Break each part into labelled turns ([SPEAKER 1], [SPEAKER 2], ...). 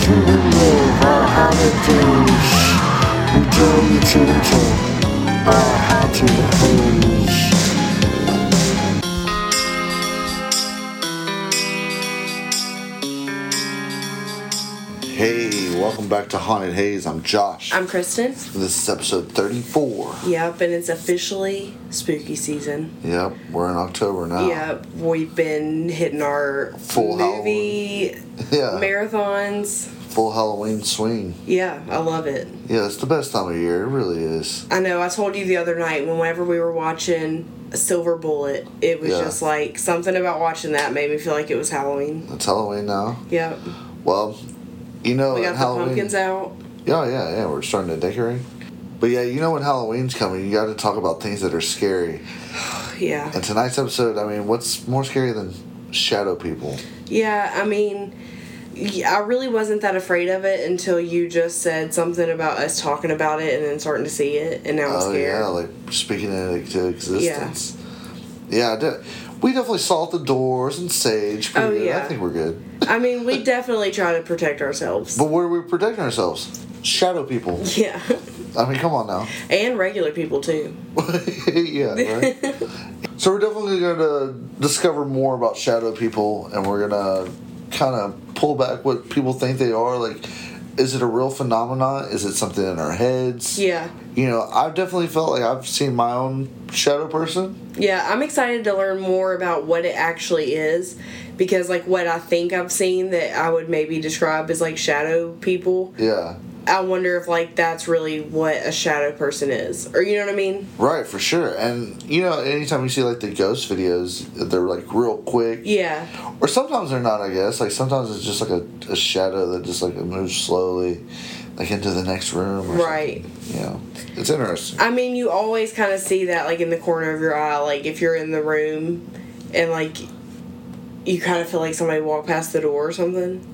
[SPEAKER 1] to the live our holidays. We join you to the top, our heart to the haze.
[SPEAKER 2] Hey, welcome back to Haunted Haze. I'm Josh.
[SPEAKER 3] I'm Kristen.
[SPEAKER 2] this is episode 34.
[SPEAKER 3] Yep, and it's officially spooky season.
[SPEAKER 2] Yep, we're in October now.
[SPEAKER 3] Yep, we've been hitting our
[SPEAKER 2] Ah. Full
[SPEAKER 3] movie
[SPEAKER 2] Yeah,
[SPEAKER 3] marathons.
[SPEAKER 2] full Halloween swing.
[SPEAKER 3] Yeah, I love it.
[SPEAKER 2] Yeah, it's the best time of year. It really is.
[SPEAKER 3] I know, I told you the other night whenever we were watching Silver Bullet, it was
[SPEAKER 2] Yeah.
[SPEAKER 3] just like something about watching that made me feel like it was Halloween.
[SPEAKER 2] It's Halloween now.
[SPEAKER 3] Yep.
[SPEAKER 2] Well, you know,
[SPEAKER 3] We
[SPEAKER 2] when
[SPEAKER 3] got the
[SPEAKER 2] Uh, Halloween.
[SPEAKER 3] pumpkins out.
[SPEAKER 2] Yeah, yeah, yeah. We're starting to decorate. But yeah, you know when Halloween's coming, you got to talk about things that are scary.
[SPEAKER 3] Yeah.
[SPEAKER 2] And tonight's episode, I mean, what's more scary than shadow people?
[SPEAKER 3] Yeah, I mean, y- I really wasn't that afraid of it until you just said something about us talking about it and then starting to see it, and now I'm
[SPEAKER 2] Oh
[SPEAKER 3] scared.
[SPEAKER 2] yeah, like speaking it into existence. Yeah, I did- we definitely salt the doors and sage. pretty
[SPEAKER 3] Oh,
[SPEAKER 2] good. I
[SPEAKER 3] yeah.
[SPEAKER 2] think we're good.
[SPEAKER 3] I mean, we definitely try to protect ourselves.
[SPEAKER 2] But what are we protecting ourselves? Shadow people.
[SPEAKER 3] yeah,
[SPEAKER 2] I mean, come on now.
[SPEAKER 3] and regular people too.
[SPEAKER 2] yeah, right. so we're definitely going to discover more about shadow people, and we're going to kind of pull back what people think they are. Like, is it a real phenomenon? Is it something in our heads?
[SPEAKER 3] Yeah,
[SPEAKER 2] You know, I've definitely felt like I've seen my own shadow person.
[SPEAKER 3] yeah. I'm excited to learn more about what it actually is, because like what I think I've seen that I would maybe describe as like shadow people.
[SPEAKER 2] Yeah.
[SPEAKER 3] I wonder if like that's really what a shadow person is, or you know what I mean?
[SPEAKER 2] Right, for sure. And you know, anytime you see like the ghost videos, they're like real quick.
[SPEAKER 3] Yeah,
[SPEAKER 2] Or sometimes they're not, I guess. Like sometimes it's just like a, a shadow that just like moves slowly like into the next room or
[SPEAKER 3] right.
[SPEAKER 2] something. You know. It's interesting.
[SPEAKER 3] I mean, you always kind of see that like in the corner of your eye, like if you're in the room, and like you kind of feel like somebody walked past the door or something.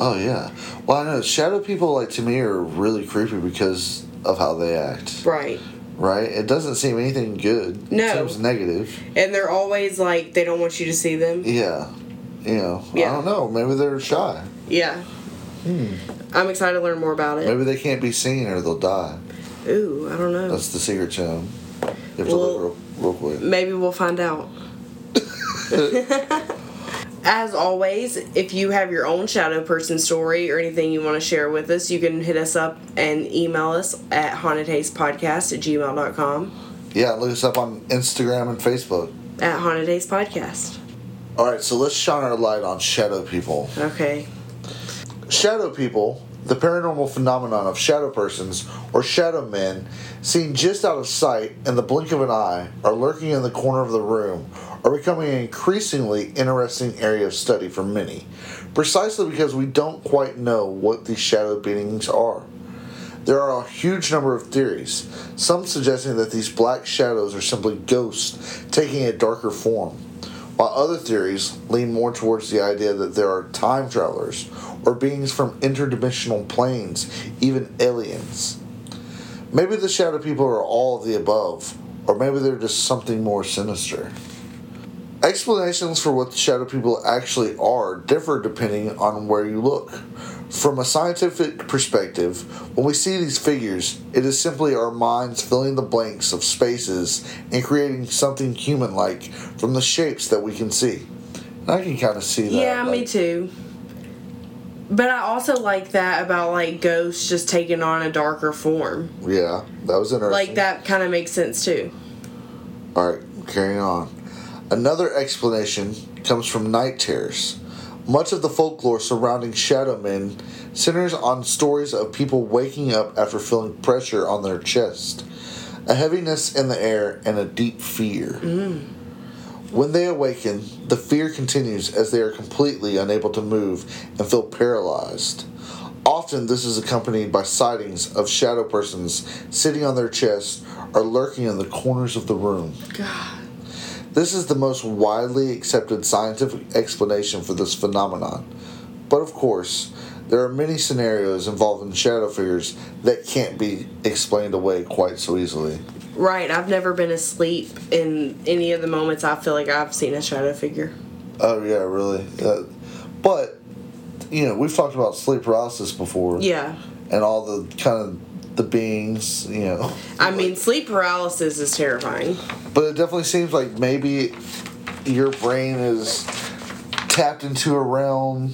[SPEAKER 2] Oh yeah. Well I know shadow people like to me are really creepy because of how they act.
[SPEAKER 3] Right.
[SPEAKER 2] Right? It doesn't seem anything good. It
[SPEAKER 3] No.
[SPEAKER 2] seems negative.
[SPEAKER 3] And they're always like they don't want you to see them.
[SPEAKER 2] Yeah. You know. I
[SPEAKER 3] Yeah.
[SPEAKER 2] don't know. Maybe they're shy.
[SPEAKER 3] Yeah.
[SPEAKER 2] Hmm.
[SPEAKER 3] I'm excited to learn more about it.
[SPEAKER 2] Maybe they can't be seen or they'll die.
[SPEAKER 3] Ooh, I don't know.
[SPEAKER 2] That's the secret to them. You have to
[SPEAKER 3] Well-
[SPEAKER 2] look real, real quick.
[SPEAKER 3] Maybe we'll find out. As always, if you have your own shadow person story or anything you want to share with us, you can hit us up and email us at hauntedhazepodcast at gmail.com
[SPEAKER 2] Yeah, look us up on Instagram and Facebook.
[SPEAKER 3] at haunted haze podcast.
[SPEAKER 2] All right, so let's shine our light on shadow people.
[SPEAKER 3] Okay.
[SPEAKER 2] Uh, Shadow people, the paranormal phenomenon of shadow persons or shadow men, seen just out of sight in the blink of an eye, are lurking in the corner of the room, are becoming an increasingly interesting area of study for many, precisely because we don't quite know what these shadow beings are. There are a huge number of theories, some suggesting that these black shadows are simply ghosts taking a darker form, while other theories lean more towards the idea that there are time travelers or beings from interdimensional planes, even aliens. Maybe the shadow people are all of the above, or maybe they're just something more sinister. Explanations for what shadow people actually are differ depending on where you look. From a scientific perspective, when we see these figures, it is simply our minds filling the blanks of spaces and creating something human like from the shapes that we can see. And I can kind of see that.
[SPEAKER 3] Yeah,
[SPEAKER 2] like-
[SPEAKER 3] me too. But I also like that about like ghosts just taking on a darker form.
[SPEAKER 2] Yeah, that was interesting.
[SPEAKER 3] Like that kind of makes sense too.
[SPEAKER 2] All right, carrying on. Another explanation comes from night terrors. Much of the folklore surrounding shadow men centers on stories of people waking up after feeling pressure on their chest, a heaviness in the air, and a deep fear. When they awaken, the fear continues as they are completely unable to move and feel paralyzed. Often, this is accompanied by sightings of shadow persons sitting on their chest or lurking in the corners of the room.
[SPEAKER 3] God.
[SPEAKER 2] This is the most widely accepted scientific explanation for this phenomenon. But of course, there are many scenarios involving shadow figures that can't be explained away quite so easily.
[SPEAKER 3] Right, I've never been asleep in any of the moments I feel like I've seen a shadow figure.
[SPEAKER 2] Oh yeah, really. Uh, but you know, we've talked about sleep paralysis before.
[SPEAKER 3] Yeah.
[SPEAKER 2] And all the kind of the beings, you know.
[SPEAKER 3] I mean, sleep paralysis is terrifying.
[SPEAKER 2] But it definitely seems like maybe your brain is tapped into a realm,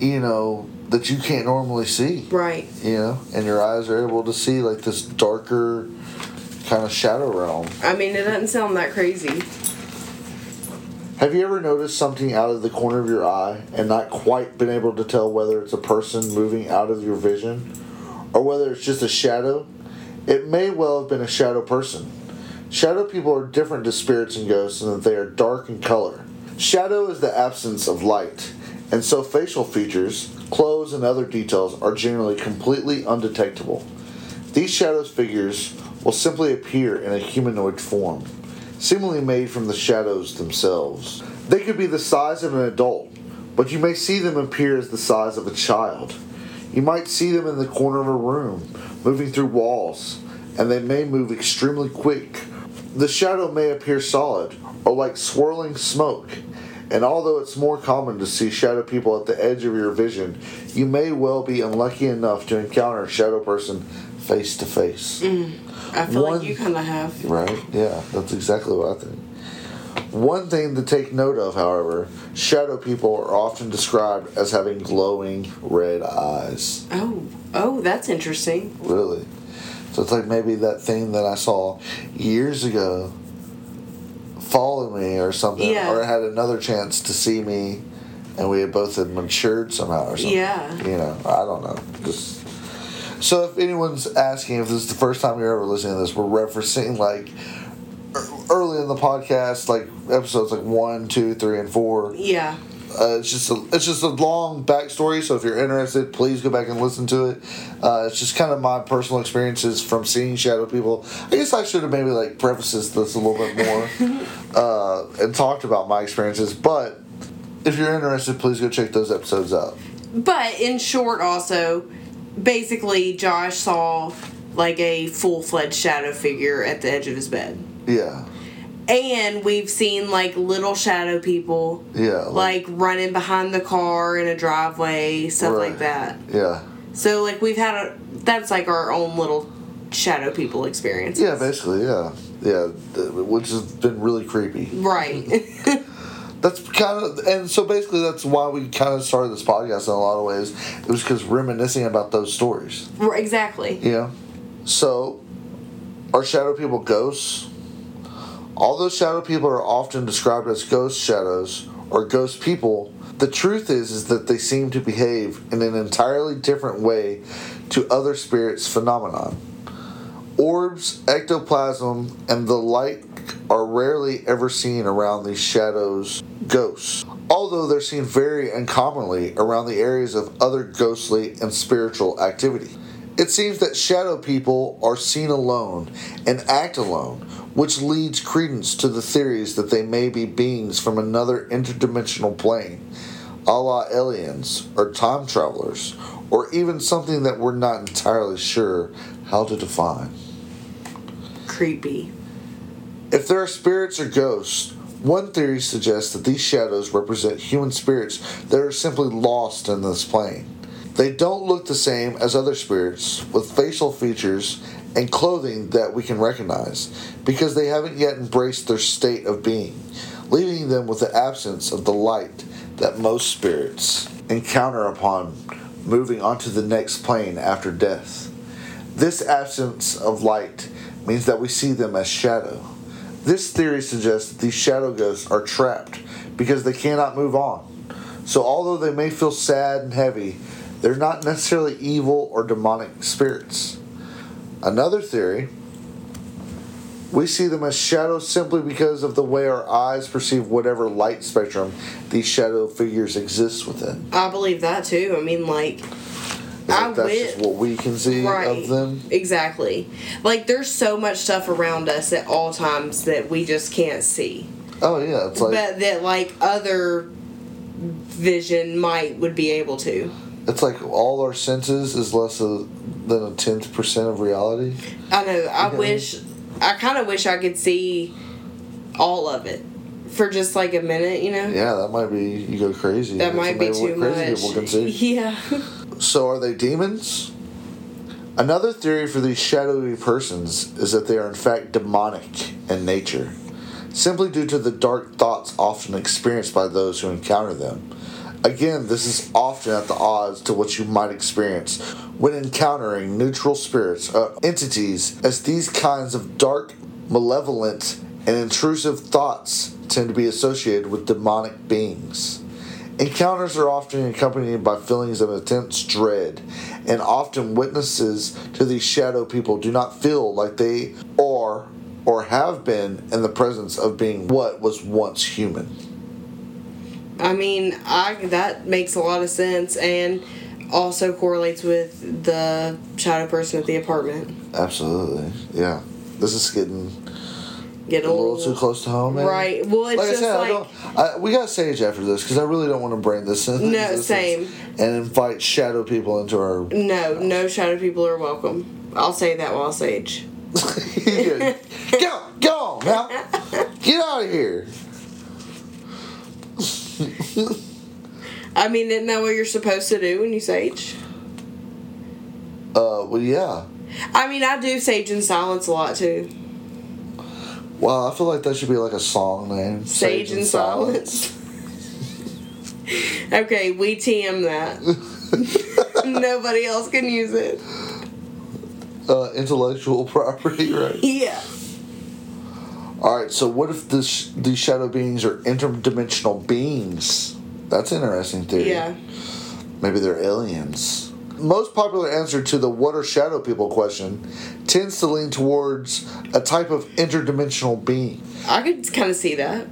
[SPEAKER 2] you know, that you can't normally see.
[SPEAKER 3] Right.
[SPEAKER 2] You know, and your eyes are able to see like this darker kind of shadow realm.
[SPEAKER 3] I mean, it doesn't sound that crazy.
[SPEAKER 2] Have you ever noticed something out of the corner of your eye and not quite been able to tell whether it's a person moving out of your vision or whether it's just a shadow? It may well have been a shadow person. Shadow people are different to spirits and ghosts in that they are dark in color. Shadow is the absence of light, and so facial features, clothes, and other details are generally completely undetectable. These shadows figures will simply appear in a humanoid form, seemingly made from the shadows themselves. They could be the size of an adult, but you may see them appear as the size of a child. You might see them in the corner of a room, moving through walls, and they may move extremely quick. The shadow may appear solid or like swirling smoke, and although it's more common to see shadow people at the edge of your vision, you may well be unlucky enough to encounter a shadow person face to face.
[SPEAKER 3] I feel
[SPEAKER 2] One-
[SPEAKER 3] like you kind of have.
[SPEAKER 2] Right? Yeah, that's exactly what I think. One thing to take note of, however, shadow people are often described as having glowing red eyes.
[SPEAKER 3] Oh, oh, that's interesting.
[SPEAKER 2] Really? So it's like maybe that thing that I saw years ago followed me or something,
[SPEAKER 3] Yeah.
[SPEAKER 2] or had another chance to see me, and we had both had matured somehow or something.
[SPEAKER 3] Yeah.
[SPEAKER 2] You know, I don't know. Just so if anyone's asking if this is the first time you're ever listening to this, we're referencing like ear- early in the podcast, like episodes like one, two, three, and four.
[SPEAKER 3] Yeah.
[SPEAKER 2] Uh, it's just a, it's just a long backstory. So if you're interested, please go back and listen to it. Uh, it's just kind of my personal experiences from seeing shadow people. I guess I should have maybe like prefaced this a little bit more uh, and talked about my experiences. But if you're interested, please go check those episodes out.
[SPEAKER 3] But in short, also, basically, Josh saw like a full fledged shadow figure at the edge of his bed.
[SPEAKER 2] Yeah,
[SPEAKER 3] And we've seen like little shadow people
[SPEAKER 2] yeah,
[SPEAKER 3] like running behind the car in a driveway, stuff
[SPEAKER 2] Right.
[SPEAKER 3] like that.
[SPEAKER 2] yeah,
[SPEAKER 3] So, like, we've had a that's like our own little shadow people experience.
[SPEAKER 2] yeah. Basically, yeah, yeah, th- which has been really creepy.
[SPEAKER 3] Right.
[SPEAKER 2] That's kind of, and so basically, that's why we kind of started this podcast in a lot of ways. It was because reminiscing about those stories,
[SPEAKER 3] Right, exactly.
[SPEAKER 2] you know. So, are shadow people ghosts? Although shadow people are often described as ghost shadows or ghost people, the truth is is that they seem to behave in an entirely different way to other spirits phenomenon. Orbs, ectoplasm, and the like are rarely ever seen around these shadows ghosts, although they're seen very uncommonly around the areas of other ghostly and spiritual activity. It seems that shadow people are seen alone and act alone, which leads credence to the theories that they may be beings from another interdimensional plane, a la aliens or time travelers, or even something that we're not entirely sure how to define.
[SPEAKER 3] Creepy.
[SPEAKER 2] If there are spirits or ghosts, one theory suggests that these shadows represent human spirits that are simply lost in this plane. They don't look the same as other spirits, with facial features and clothing that we can recognize, because they haven't yet embraced their state of being, leaving them with the absence of the light that most spirits encounter upon moving onto the next plane after death. This absence of light means that we see them as shadow. This theory suggests that these shadow ghosts are trapped because they cannot move on. So, although they may feel sad and heavy, they're not necessarily evil or demonic spirits. Another theory we see them as shadows simply because of the way our eyes perceive whatever light spectrum these shadow figures exist within.
[SPEAKER 3] I believe that too. I mean, like, I
[SPEAKER 2] That's just
[SPEAKER 3] wish.
[SPEAKER 2] what we can see
[SPEAKER 3] Right.
[SPEAKER 2] of them.
[SPEAKER 3] Exactly. Like, there's so much stuff around us at all times that we just can't see.
[SPEAKER 2] Oh, yeah. It's like.
[SPEAKER 3] but that, like, other vision might would be able to.
[SPEAKER 2] It's like all our senses is less of, than a tenth percent of reality.
[SPEAKER 3] I know. I
[SPEAKER 2] Okay.
[SPEAKER 3] wish. I kind of wish I could see all of it for just like a minute, you know?
[SPEAKER 2] Yeah, that might be you go crazy.
[SPEAKER 3] That
[SPEAKER 2] That's
[SPEAKER 3] might be
[SPEAKER 2] maybe what
[SPEAKER 3] too
[SPEAKER 2] crazy
[SPEAKER 3] much.
[SPEAKER 2] People can see.
[SPEAKER 3] Yeah.
[SPEAKER 2] So are they demons? Another theory for these shadowy persons is that they are in fact demonic in nature, simply due to the dark thoughts often experienced by those who encounter them. Again, this is often at the odds to what you might experience when encountering neutral spirits or entities, as these kinds of dark, malevolent, and intrusive thoughts tend to be associated with demonic beings. Encounters are often accompanied by feelings of intense dread, and often witnesses to these shadow people do not feel like they are or have been in the presence of being what was once human.
[SPEAKER 3] I mean, I that makes a lot of sense and also correlates with the shadow person at the apartment.
[SPEAKER 2] Absolutely. Yeah. This is getting
[SPEAKER 3] Get
[SPEAKER 2] a little too close to home. maybe?
[SPEAKER 3] Oh, Right. Well, it's
[SPEAKER 2] Like I
[SPEAKER 3] just
[SPEAKER 2] said, I
[SPEAKER 3] like
[SPEAKER 2] don't, I, we got Sage after this because I really don't want to bring this in.
[SPEAKER 3] No, same.
[SPEAKER 2] And invite shadow people into our.
[SPEAKER 3] no, no shadow people are welcome. I'll say that while Sage.
[SPEAKER 2] go, go on now. Get out of here.
[SPEAKER 3] I mean, isn't that what you're supposed to do when you sage?
[SPEAKER 2] Uh, well, yeah.
[SPEAKER 3] I mean, I do sage in silence a lot too.
[SPEAKER 2] Wow, I feel like that should be like a song name.
[SPEAKER 3] Sage, in silence. okay, we TM that. Nobody else can use it.
[SPEAKER 2] Uh, intellectual property, right?
[SPEAKER 3] Yeah.
[SPEAKER 2] All right. So, what if this these shadow beings are interdimensional beings? That's an interesting theory.
[SPEAKER 3] Yeah.
[SPEAKER 2] Maybe they're aliens. Most popular answer to the "What are shadow people?" question tends to lean towards a type of interdimensional being.
[SPEAKER 3] I could kind of see that.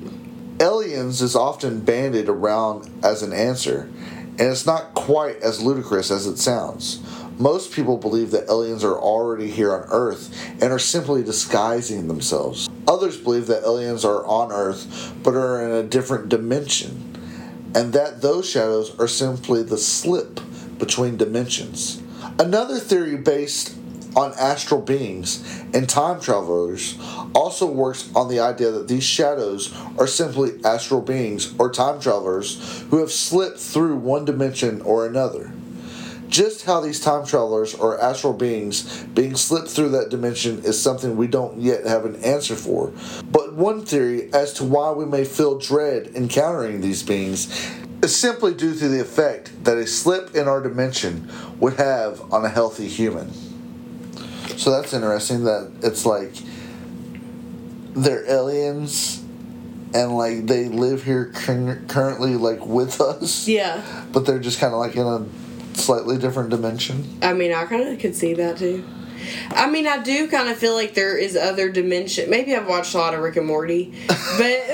[SPEAKER 2] aliens is often banded around as an answer, and it's not quite as ludicrous as it sounds. Most people believe that aliens are already here on Earth and are simply disguising themselves. Others believe that aliens are on Earth but are in a different dimension, and that those shadows are simply the slip between dimensions. Another theory based on astral beings and time travelers also works on the idea that these shadows are simply astral beings or time travelers who have slipped through one dimension or another. Just how these time travelers or astral beings being slipped through that dimension is something we don't yet have an answer for. But one theory as to why we may feel dread encountering these beings is simply due to the effect that a slip in our dimension would have on a healthy human. So that's interesting that it's like they're aliens and like they live here cur- currently like with us
[SPEAKER 3] Yeah.
[SPEAKER 2] but they're just kind of like in a slightly different dimension.
[SPEAKER 3] I mean, I kind of could see that too. I mean, I do kind of feel like there is other dimension. Maybe I've watched a lot of Rick and Morty, but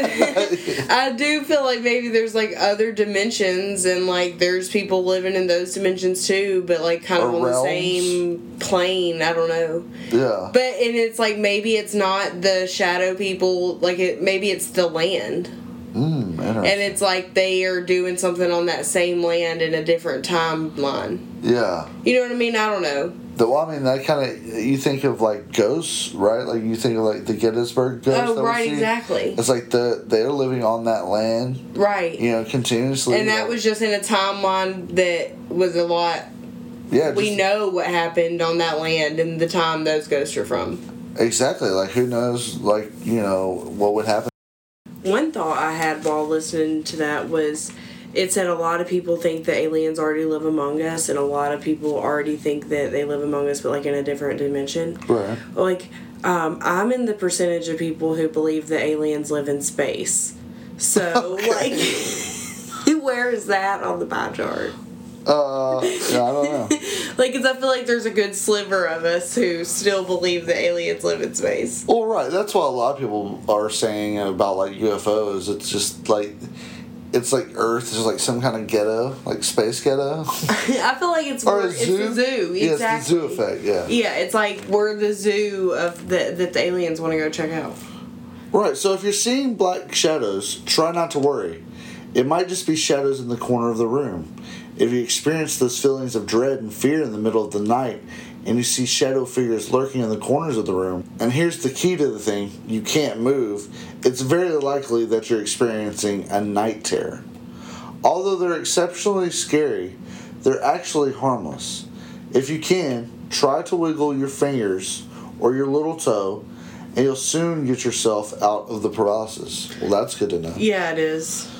[SPEAKER 3] I do feel like maybe there's like other dimensions and like there's people living in those dimensions too, but like kind of
[SPEAKER 2] Or
[SPEAKER 3] on
[SPEAKER 2] realms.
[SPEAKER 3] the same plane. I don't know.
[SPEAKER 2] Yeah.
[SPEAKER 3] But and it's like maybe it's not the shadow people. Like it maybe it's the land.
[SPEAKER 2] mm, interesting.
[SPEAKER 3] And it's like they are doing something on that same land in a different timeline.
[SPEAKER 2] yeah.
[SPEAKER 3] You know what I mean? I don't know.
[SPEAKER 2] The, well, I mean, that kind of you think of like ghosts, right? Like you think of like the Gettysburg ghost. that
[SPEAKER 3] Oh,
[SPEAKER 2] we
[SPEAKER 3] right,
[SPEAKER 2] see.
[SPEAKER 3] exactly.
[SPEAKER 2] It's like the they're living on that land,
[SPEAKER 3] Right.
[SPEAKER 2] you know, continuously.
[SPEAKER 3] And that
[SPEAKER 2] like-
[SPEAKER 3] was just in a timeline that was a lot.
[SPEAKER 2] yeah,
[SPEAKER 3] We
[SPEAKER 2] just-
[SPEAKER 3] know what happened on that land and the time those ghosts are from.
[SPEAKER 2] exactly. Like who knows, like you know, what would happen.
[SPEAKER 3] One thought I had while listening to that was it said a lot of people think that aliens already live among us, and a lot of people already think that they live among us, but like in a different dimension.
[SPEAKER 2] Right.
[SPEAKER 3] like um, I'm in the percentage of people who believe that aliens live in space. So like where is that on the pie chart?
[SPEAKER 2] Uh, yeah, I don't know.
[SPEAKER 3] Like, 'cause I feel like there's a good sliver of us who still believe that aliens live in space.
[SPEAKER 2] Well, right. That's what a lot of people are saying about like UFOs. It's just like, it's like Earth is like some kind of ghetto, like space ghetto,
[SPEAKER 3] I feel like it's
[SPEAKER 2] or
[SPEAKER 3] more,
[SPEAKER 2] a
[SPEAKER 3] it's
[SPEAKER 2] zoo.
[SPEAKER 3] the zoo. Exactly. E-
[SPEAKER 2] Yeah, it's the zoo effect. Yeah.
[SPEAKER 3] Yeah, it's like we're the zoo of the that the aliens want to go check out.
[SPEAKER 2] Right. So if you're seeing black shadows, try not to worry. It might just be shadows in the corner of the room. If you experience those feelings of dread and fear in the middle of the night, and you see shadow figures lurking in the corners of the room, and here's the key to the thing you can't move, it's very likely that you're experiencing a night terror. Although they're exceptionally scary, they're actually harmless. If you can, try to wiggle your fingers or your little toe, and you'll soon get yourself out of the paralysis. Well, that's good to know.
[SPEAKER 3] Yeah, it is.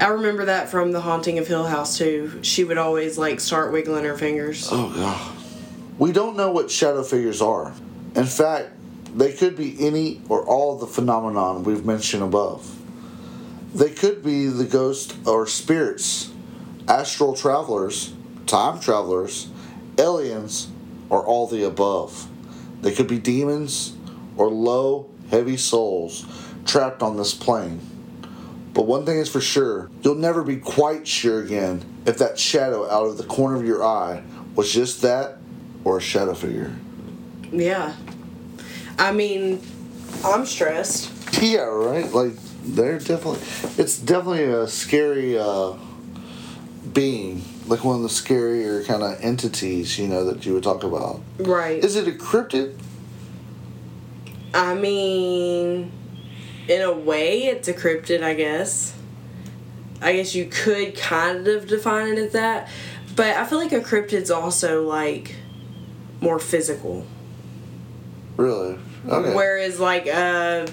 [SPEAKER 3] I remember that from The Haunting of Hill House too. She would always like start wiggling her fingers.
[SPEAKER 2] Oh, God. We don't know what shadow figures are. In fact, they could be any or all of the phenomenon we've mentioned above. They could be the ghosts or spirits, astral travelers, time travelers, aliens, or all the above. They could be demons or low, heavy souls trapped on this plane. But one thing is for sure, you'll never be quite sure again if that shadow out of the corner of your eye was just that or a shadow figure.
[SPEAKER 3] Yeah. I mean, I'm stressed.
[SPEAKER 2] Yeah, right. Like they're definitely, it's definitely a scary uh, being, like one of the scarier kind of entities you know that you would talk about.
[SPEAKER 3] Right.
[SPEAKER 2] Is it a cryptid?
[SPEAKER 3] I mean, in a way, it's a cryptid, I guess. I guess you could kind of define it as that, but I feel like a cryptid's also like more physical.
[SPEAKER 2] Really? Okay.
[SPEAKER 3] Whereas like a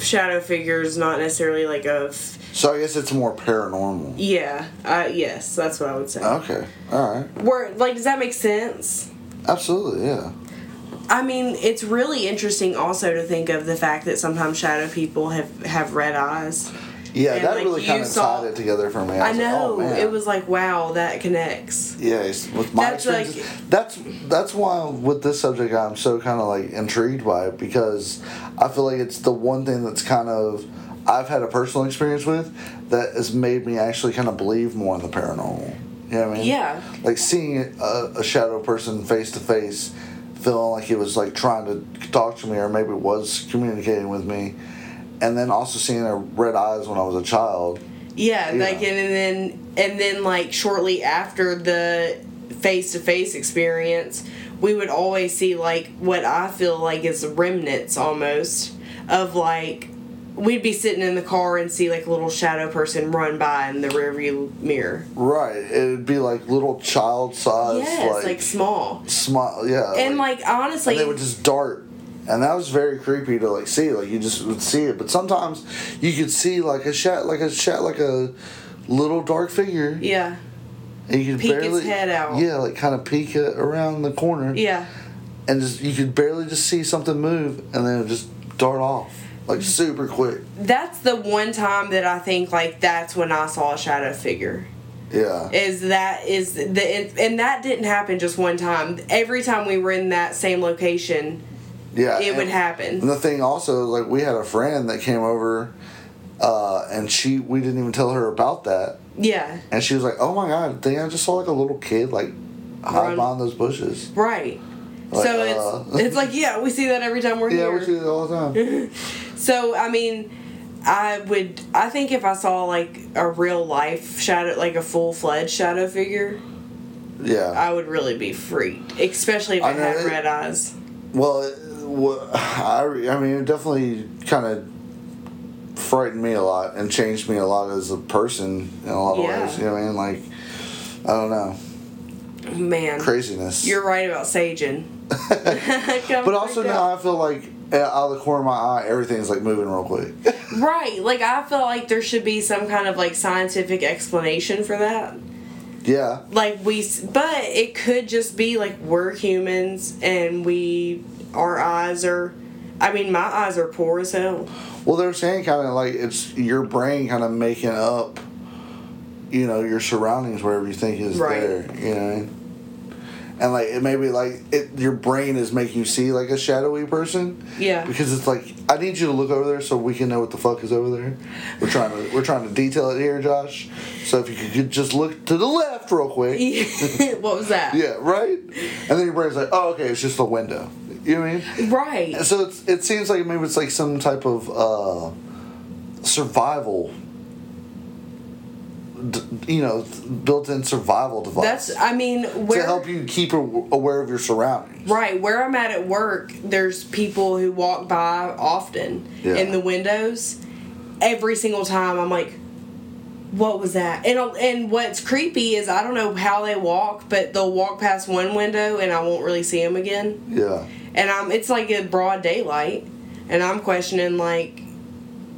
[SPEAKER 3] shadow figure is not necessarily like a f-
[SPEAKER 2] so I guess it's more paranormal.
[SPEAKER 3] yeah. Uh, yes, that's what I would say.
[SPEAKER 2] Okay. All right.
[SPEAKER 3] Where like does that make sense?
[SPEAKER 2] Absolutely. Yeah.
[SPEAKER 3] I mean, it's really interesting also to think of the fact that sometimes shadow people have have red eyes.
[SPEAKER 2] Yeah,
[SPEAKER 3] And,
[SPEAKER 2] that
[SPEAKER 3] like,
[SPEAKER 2] really
[SPEAKER 3] you
[SPEAKER 2] kind of
[SPEAKER 3] saw-
[SPEAKER 2] tied it together for me.
[SPEAKER 3] I
[SPEAKER 2] was like,
[SPEAKER 3] know
[SPEAKER 2] oh, man.
[SPEAKER 3] it was like wow that connects.
[SPEAKER 2] Yeah, it's- with my
[SPEAKER 3] That's like-
[SPEAKER 2] experiences, that's that's why with this subject I'm so kind of like intrigued by it because I feel like it's the one thing that's kind of I've had a personal experience with that has made me actually kind of believe more in the paranormal. You know what I mean?
[SPEAKER 3] Yeah.
[SPEAKER 2] Like seeing a, a shadow person face to face, feeling like he was like trying to talk to me or maybe was communicating with me, and then also seeing her red eyes when I was a child.
[SPEAKER 3] Yeah,
[SPEAKER 2] Yeah.
[SPEAKER 3] like and, then and then like shortly after the face to face experience, we would always see like what I feel like is remnants almost of like we'd be sitting in the car and see like a little shadow person run by in the rearview mirror.
[SPEAKER 2] Right. It would be like little child size.
[SPEAKER 3] yes, like, small.
[SPEAKER 2] smile. Yeah,
[SPEAKER 3] And like honestly,
[SPEAKER 2] and they would just dart, and that was very creepy to like see. Like you just would see it, but sometimes you could see like a shat, like a shat, like a little dark figure,
[SPEAKER 3] yeah,
[SPEAKER 2] and you could
[SPEAKER 3] peek its
[SPEAKER 2] barely
[SPEAKER 3] head out.
[SPEAKER 2] Yeah, like kind of peek it around the corner,
[SPEAKER 3] yeah.
[SPEAKER 2] and just you could barely just see something move, and then it would just dart off like super quick.
[SPEAKER 3] That's the one time that I think like that's when I saw a shadow figure.
[SPEAKER 2] Yeah,
[SPEAKER 3] is that is the and that didn't happen just one time. Every time we were in that same location,
[SPEAKER 2] yeah,
[SPEAKER 3] it would
[SPEAKER 2] and-
[SPEAKER 3] happen.
[SPEAKER 2] And the thing also, like, we had a friend that came over, uh, and she we didn't even tell her about that.
[SPEAKER 3] Yeah,
[SPEAKER 2] And she was like, "Oh my god, dang! I just saw like a little kid like hide
[SPEAKER 3] Run.
[SPEAKER 2] behind those bushes."
[SPEAKER 3] right.
[SPEAKER 2] Like,
[SPEAKER 3] so
[SPEAKER 2] uh,
[SPEAKER 3] it's it's like yeah, we see that every time we're
[SPEAKER 2] Yeah,
[SPEAKER 3] here.
[SPEAKER 2] we see it all the time.
[SPEAKER 3] So I mean, I would I think if I saw like a real life shadow, like a full fledged shadow figure,
[SPEAKER 2] Yeah.
[SPEAKER 3] I would really be freaked, especially if
[SPEAKER 2] I
[SPEAKER 3] it
[SPEAKER 2] know
[SPEAKER 3] had
[SPEAKER 2] it-
[SPEAKER 3] red eyes.
[SPEAKER 2] Well, it, wha- I re- I mean, it definitely kind of frightened me a lot and changed me a lot as a person in a lot of
[SPEAKER 3] Yeah.
[SPEAKER 2] ways. You know what I mean? Like, I don't know,
[SPEAKER 3] Man,
[SPEAKER 2] craziness.
[SPEAKER 3] you're right about saging.
[SPEAKER 2] but also now I feel like uh, out of the corner of my eye, everything's like moving real quick.
[SPEAKER 3] Right. Like I feel like there should be some kind of like scientific explanation for that.
[SPEAKER 2] yeah.
[SPEAKER 3] Like we s- but it could just be like we're humans and we our eyes are I mean my eyes are poor as hell.
[SPEAKER 2] Well, they're saying kind of like it's your brain kind of making up, you know, your surroundings wherever you think is
[SPEAKER 3] Right.
[SPEAKER 2] there, you know. And like it may be like it, your brain is making you see like a shadowy person
[SPEAKER 3] Yeah.
[SPEAKER 2] because it's like I need you to look over there so we can know what the fuck is over there. We're trying to we're trying to detail it here, Josh. So if you could ju- just look to the left real quick,
[SPEAKER 3] what was that?
[SPEAKER 2] yeah, right. And then your brain's like, oh, okay, it's just a window. You know what I mean?
[SPEAKER 3] Right.
[SPEAKER 2] So it's, it seems like maybe it's like some type of uh, survival d- you know, built-in survival device
[SPEAKER 3] That's I mean where
[SPEAKER 2] to help you keep a- aware of your surroundings.
[SPEAKER 3] Right, where I'm at at work, there's people who walk by often
[SPEAKER 2] Yeah.
[SPEAKER 3] in the windows. Every single time, I'm like, "What was that?" And I'll- and what's creepy is I don't know how they walk, but they'll walk past one window and I won't really see them again.
[SPEAKER 2] Yeah.
[SPEAKER 3] And I'm it's like a broad daylight, and I'm questioning like,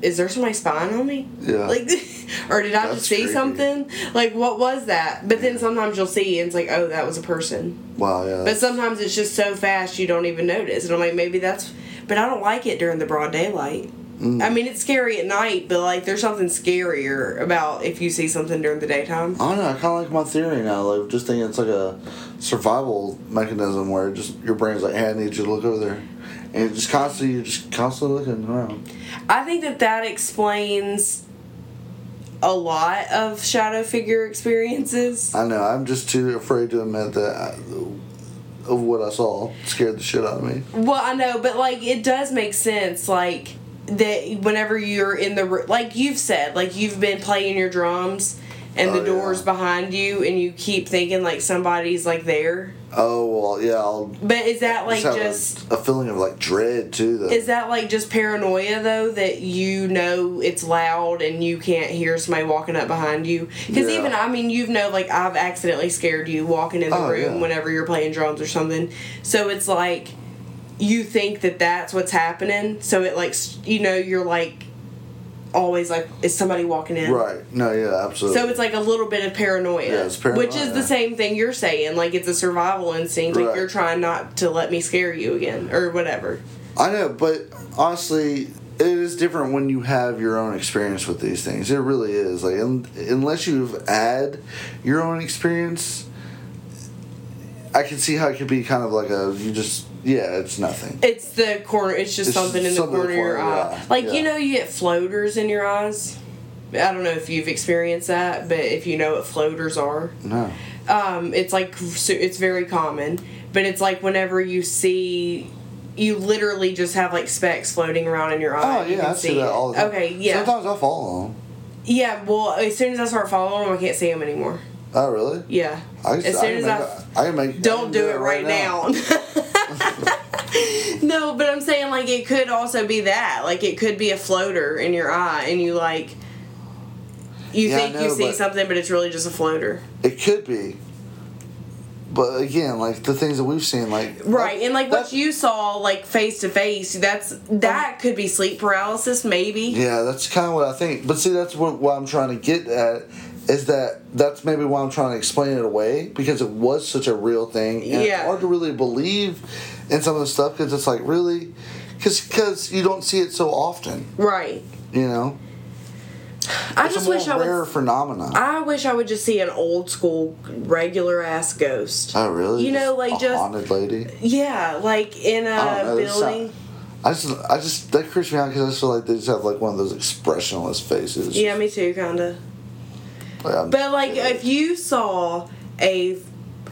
[SPEAKER 3] "Is there somebody spying on me?"
[SPEAKER 2] Yeah.
[SPEAKER 3] Like, or did I
[SPEAKER 2] That's
[SPEAKER 3] just see
[SPEAKER 2] creepy.
[SPEAKER 3] something? Like, what was that? But then sometimes you'll see and it's like, "Oh, that was a person."
[SPEAKER 2] Wow. Yeah.
[SPEAKER 3] But sometimes it's just so fast you don't even notice. And I'm like, maybe that's. But I don't like it during the broad daylight.
[SPEAKER 2] Mm.
[SPEAKER 3] I mean, it's scary at night, but like, there's something scarier about if you see something during the daytime.
[SPEAKER 2] I don't know. I kind of like my theory now. Like, just thinking it's like a survival mechanism where just your brain's like, "Hey, I need you to look over there," and just constantly, you're just constantly looking around.
[SPEAKER 3] I think that that explains a lot of shadow figure experiences.
[SPEAKER 2] I know. I'm just too afraid to admit that I, of what I saw scared the shit out of me.
[SPEAKER 3] Well, I know, but like it does make sense, like that whenever you're in the ro- like you've said, like you've been playing your drums and
[SPEAKER 2] Oh,
[SPEAKER 3] the doors
[SPEAKER 2] yeah.
[SPEAKER 3] behind you, and you keep thinking like somebody's like there.
[SPEAKER 2] Oh well, yeah. I'll
[SPEAKER 3] But is that like
[SPEAKER 2] have a-
[SPEAKER 3] just
[SPEAKER 2] a, feeling of like dread too. Though.
[SPEAKER 3] is that like just paranoia though that you know it's loud and you can't hear somebody walking up behind you? Because
[SPEAKER 2] Yeah.
[SPEAKER 3] even I mean you've know like I've accidentally scared you walking in the
[SPEAKER 2] Oh,
[SPEAKER 3] room
[SPEAKER 2] yeah.
[SPEAKER 3] whenever you're playing drums or something. So it's like you think that that's what's happening. So it like s- you know you're like always like is somebody walking in?
[SPEAKER 2] right? No. Yeah. Absolutely.
[SPEAKER 3] So it's like a little bit of paranoia,
[SPEAKER 2] Yeah, it's paranoia.
[SPEAKER 3] which is the same thing you're saying. Like it's a survival instinct.
[SPEAKER 2] Right.
[SPEAKER 3] Like you're trying not to let me scare you again or whatever.
[SPEAKER 2] I know, but honestly, it is different when you have your own experience with these things. It really is. Like un- unless you've had your own experience, I can see how it could be kind of like a you just yeah, it's nothing.
[SPEAKER 3] It's the corner. It's just
[SPEAKER 2] It's
[SPEAKER 3] something in the
[SPEAKER 2] something
[SPEAKER 3] corner of your eye.
[SPEAKER 2] yeah,
[SPEAKER 3] Like
[SPEAKER 2] yeah.
[SPEAKER 3] you know, you get floaters in your eyes. I don't know if you've experienced that, but if you know what floaters are,
[SPEAKER 2] No.
[SPEAKER 3] um, it's like so it's very common. But it's like whenever you see. You literally just have like specks floating around in your eye.
[SPEAKER 2] Oh
[SPEAKER 3] and you
[SPEAKER 2] yeah,
[SPEAKER 3] can
[SPEAKER 2] I see that
[SPEAKER 3] it.
[SPEAKER 2] all the time.
[SPEAKER 3] Okay, yeah,
[SPEAKER 2] Sometimes I follow them.
[SPEAKER 3] yeah. Well, as soon as I start following them, I can't see them anymore.
[SPEAKER 2] Oh really?
[SPEAKER 3] Yeah.
[SPEAKER 2] I,
[SPEAKER 3] as soon as I
[SPEAKER 2] I, I can make. I
[SPEAKER 3] don't
[SPEAKER 2] can
[SPEAKER 3] do, it right, now. no, but I'm saying like it could also be that. Like it could be a floater in your eye and you like you
[SPEAKER 2] Yeah, I
[SPEAKER 3] think
[SPEAKER 2] know,
[SPEAKER 3] you see
[SPEAKER 2] but-
[SPEAKER 3] something but it's really just a floater.
[SPEAKER 2] It could be. But again, like the things that we've seen, like
[SPEAKER 3] Right. And like
[SPEAKER 2] that's- Um,
[SPEAKER 3] what you saw like face to face, that's that could be sleep paralysis maybe.
[SPEAKER 2] Yeah, that's kind of what I think. But see, that's what, what I'm trying to get at is that that's maybe why I'm trying to explain it away because it was such a real thing. And It's
[SPEAKER 3] Yeah.
[SPEAKER 2] hard to really believe in some of the stuff because it's like really, because you don't see it so often.
[SPEAKER 3] Right.
[SPEAKER 2] You know,
[SPEAKER 3] I
[SPEAKER 2] it's
[SPEAKER 3] just
[SPEAKER 2] a more
[SPEAKER 3] wish I
[SPEAKER 2] rare
[SPEAKER 3] would
[SPEAKER 2] phenomenon.
[SPEAKER 3] I wish I would just see an old school regular ass ghost.
[SPEAKER 2] oh really?
[SPEAKER 3] You know, like,
[SPEAKER 2] a
[SPEAKER 3] just-
[SPEAKER 2] haunted lady.
[SPEAKER 3] yeah, like in a
[SPEAKER 2] I don't know. this sound-
[SPEAKER 3] building.
[SPEAKER 2] I just, I just that creeps me out because I just feel like they just have like one of those expressionless faces.
[SPEAKER 3] Yeah, me too, kinda.
[SPEAKER 2] Like, I'm-
[SPEAKER 3] But like, uh, if you saw a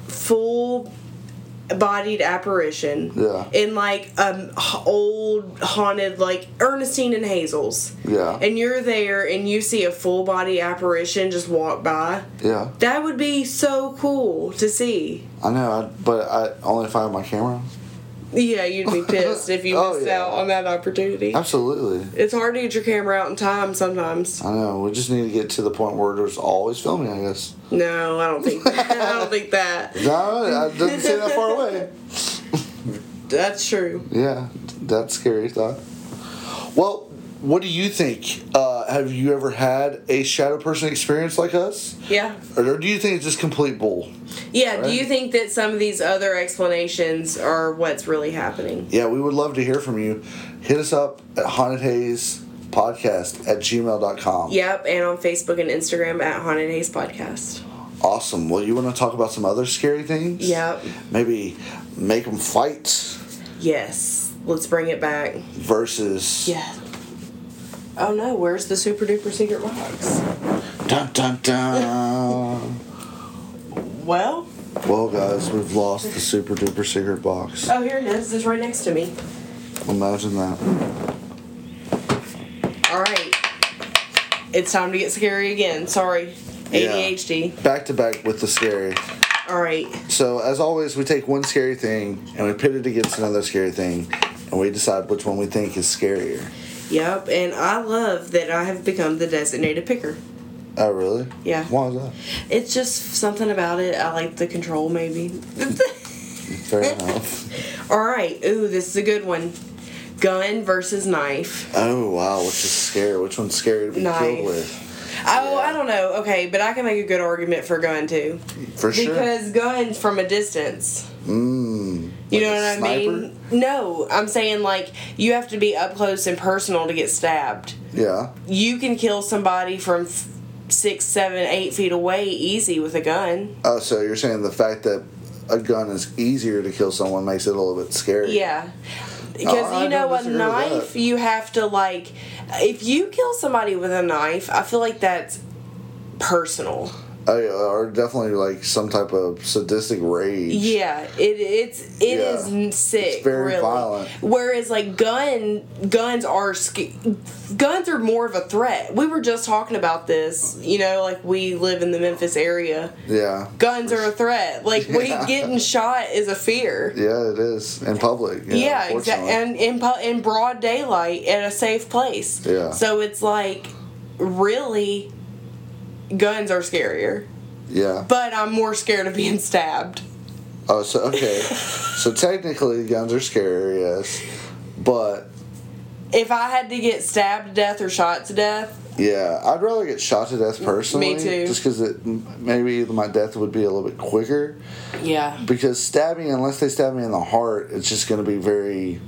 [SPEAKER 3] full bodied apparition
[SPEAKER 2] Yeah.
[SPEAKER 3] in like an old haunted like Ernestine and Hazel's,
[SPEAKER 2] yeah,
[SPEAKER 3] and you're there and you see a full body apparition just walk by,
[SPEAKER 2] yeah,
[SPEAKER 3] that would be so cool to see.
[SPEAKER 2] I know. I, but I only if I have my camera.
[SPEAKER 3] Yeah, you'd be pissed if you
[SPEAKER 2] Oh,
[SPEAKER 3] missed
[SPEAKER 2] yeah.
[SPEAKER 3] out on that opportunity.
[SPEAKER 2] Absolutely.
[SPEAKER 3] It's hard to get your camera out in time sometimes.
[SPEAKER 2] I know. We just need to get to the point where there's always filming. I guess.
[SPEAKER 3] No, I don't think I don't think that.
[SPEAKER 2] No, it doesn't seem that far away.
[SPEAKER 3] That's true.
[SPEAKER 2] Yeah, that's scary thought. Well, what do you think? Uh, have you ever had a shadow person experience like us,
[SPEAKER 3] Yeah.
[SPEAKER 2] or do you think it's just complete bull?
[SPEAKER 3] Yeah, do
[SPEAKER 2] Right.
[SPEAKER 3] you think that some of these other explanations are what's really happening?
[SPEAKER 2] Yeah, we would love to hear from you. Hit us up at haunted haze podcast at gmail.com.
[SPEAKER 3] Yep, and on Facebook and Instagram at Haunted Haze Podcast.
[SPEAKER 2] Awesome. Well, you want to talk about some other scary things?
[SPEAKER 3] Yep.
[SPEAKER 2] Maybe make them fight
[SPEAKER 3] Yes. Let's bring it back.
[SPEAKER 2] versus.
[SPEAKER 3] Yes. Oh no, where's the super duper secret box?
[SPEAKER 2] Dun, dun, dun.
[SPEAKER 3] Well,
[SPEAKER 2] Well, guys, we've lost the super duper secret box.
[SPEAKER 3] oh here it is. It's right next to me.
[SPEAKER 2] Imagine that.
[SPEAKER 3] All right. It's time to get scary again. Sorry.
[SPEAKER 2] Yeah.
[SPEAKER 3] ADHD.
[SPEAKER 2] Back to back with the scary.
[SPEAKER 3] All right.
[SPEAKER 2] So, as always, we take one scary thing and we pit it against another scary thing and we decide which one we think is scarier.
[SPEAKER 3] Yep. And I love that I have become the designated picker.
[SPEAKER 2] Oh, really?
[SPEAKER 3] Yeah.
[SPEAKER 2] Why is that?
[SPEAKER 3] It's just something about it. I like the control, maybe.
[SPEAKER 2] Fair enough.
[SPEAKER 3] All right. Ooh, this is a good one. Gun versus knife.
[SPEAKER 2] Oh, wow. Which is scary? Which one's scary to be
[SPEAKER 3] Knife.
[SPEAKER 2] killed with?
[SPEAKER 3] Oh, I don't know. Okay, but I can make a good argument for gun too.
[SPEAKER 2] For sure.
[SPEAKER 3] Because guns from a distance.
[SPEAKER 2] mm, Like
[SPEAKER 3] You know
[SPEAKER 2] a
[SPEAKER 3] what I mean? No, I'm saying like you have to be up close and personal to get stabbed.
[SPEAKER 2] Yeah.
[SPEAKER 3] You can kill somebody from f- six, seven, eight feet away easy with a gun.
[SPEAKER 2] Oh, so you're saying the fact that a gun is easier to kill someone makes it a little bit scary?
[SPEAKER 3] Yeah.
[SPEAKER 2] Oh, I
[SPEAKER 3] Because you know,
[SPEAKER 2] don't
[SPEAKER 3] a
[SPEAKER 2] disagree with that.
[SPEAKER 3] knife, you have to like. If you kill somebody with a knife, I feel like that's personal.
[SPEAKER 2] Oh, yeah, or definitely like some type of sadistic rage.
[SPEAKER 3] Yeah, it it's it
[SPEAKER 2] Yeah.
[SPEAKER 3] is n sick.
[SPEAKER 2] It's very
[SPEAKER 3] really.
[SPEAKER 2] violent.
[SPEAKER 3] Whereas like gun guns are sc- guns are more of a threat. We were just talking about this. You know, like we live in the Memphis area.
[SPEAKER 2] Yeah.
[SPEAKER 3] Guns are a threat. Like we getting shot is a fear.
[SPEAKER 2] Yeah, it is in public. you know,
[SPEAKER 3] Yeah, exactly.
[SPEAKER 2] unfortunately.
[SPEAKER 3] And in pu- in broad daylight at a safe place.
[SPEAKER 2] Yeah.
[SPEAKER 3] So it's like really guns are scarier.
[SPEAKER 2] Yeah.
[SPEAKER 3] But I'm more scared of being stabbed.
[SPEAKER 2] Oh, so okay. so technically, guns are scary, yes, but
[SPEAKER 3] If I had to get stabbed to death or shot to death,
[SPEAKER 2] yeah, I'd rather get shot to death personally.
[SPEAKER 3] too.
[SPEAKER 2] Just because it m- maybe my death would be a little bit quicker.
[SPEAKER 3] yeah.
[SPEAKER 2] Because stabbing, unless they stab me in the heart, it's just going to be very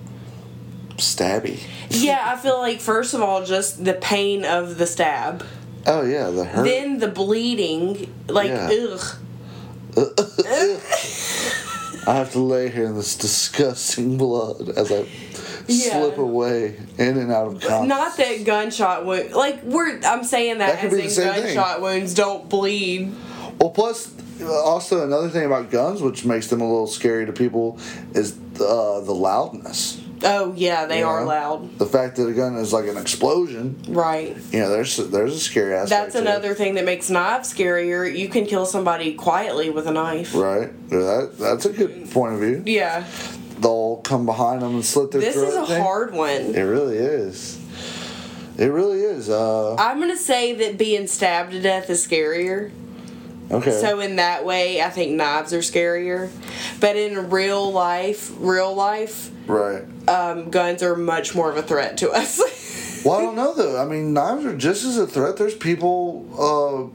[SPEAKER 2] stabby.
[SPEAKER 3] Yeah, I feel like first of all just the pain of the stab.
[SPEAKER 2] Oh yeah, the hurt.
[SPEAKER 3] Then the bleeding, like
[SPEAKER 2] Yeah.
[SPEAKER 3] ugh.
[SPEAKER 2] I have to lay here in this disgusting blood as I
[SPEAKER 3] Yeah.
[SPEAKER 2] slip away in and out of consciousness.
[SPEAKER 3] Not that gunshot wound like we're I'm saying that,
[SPEAKER 2] That could
[SPEAKER 3] as
[SPEAKER 2] be the
[SPEAKER 3] in
[SPEAKER 2] same thing.
[SPEAKER 3] gunshot wounds don't bleed.
[SPEAKER 2] Well, plus, also another thing about guns, which makes them a little scary to people, is uh, the loudness.
[SPEAKER 3] Oh yeah, they
[SPEAKER 2] you
[SPEAKER 3] are
[SPEAKER 2] know?
[SPEAKER 3] loud.
[SPEAKER 2] The fact that a gun is like an explosion,
[SPEAKER 3] Right.
[SPEAKER 2] you know, there's there's a scary aspect.
[SPEAKER 3] That's
[SPEAKER 2] to it.
[SPEAKER 3] another thing that makes knives scarier. You can kill somebody quietly with a knife.
[SPEAKER 2] Right. Yeah, That that's a good point of view.
[SPEAKER 3] Yeah.
[SPEAKER 2] They'll come behind them and slit their
[SPEAKER 3] This
[SPEAKER 2] throat.
[SPEAKER 3] is a
[SPEAKER 2] thing.
[SPEAKER 3] hard one.
[SPEAKER 2] It really is. It really is. Uh,
[SPEAKER 3] I'm gonna say that being stabbed to death is scarier.
[SPEAKER 2] okay.
[SPEAKER 3] So in that way, I think knives are scarier. But in real life, real life,
[SPEAKER 2] right.
[SPEAKER 3] um, guns are much more of a threat to us.
[SPEAKER 2] Well, I don't know though. I mean, knives are just as a threat. There's people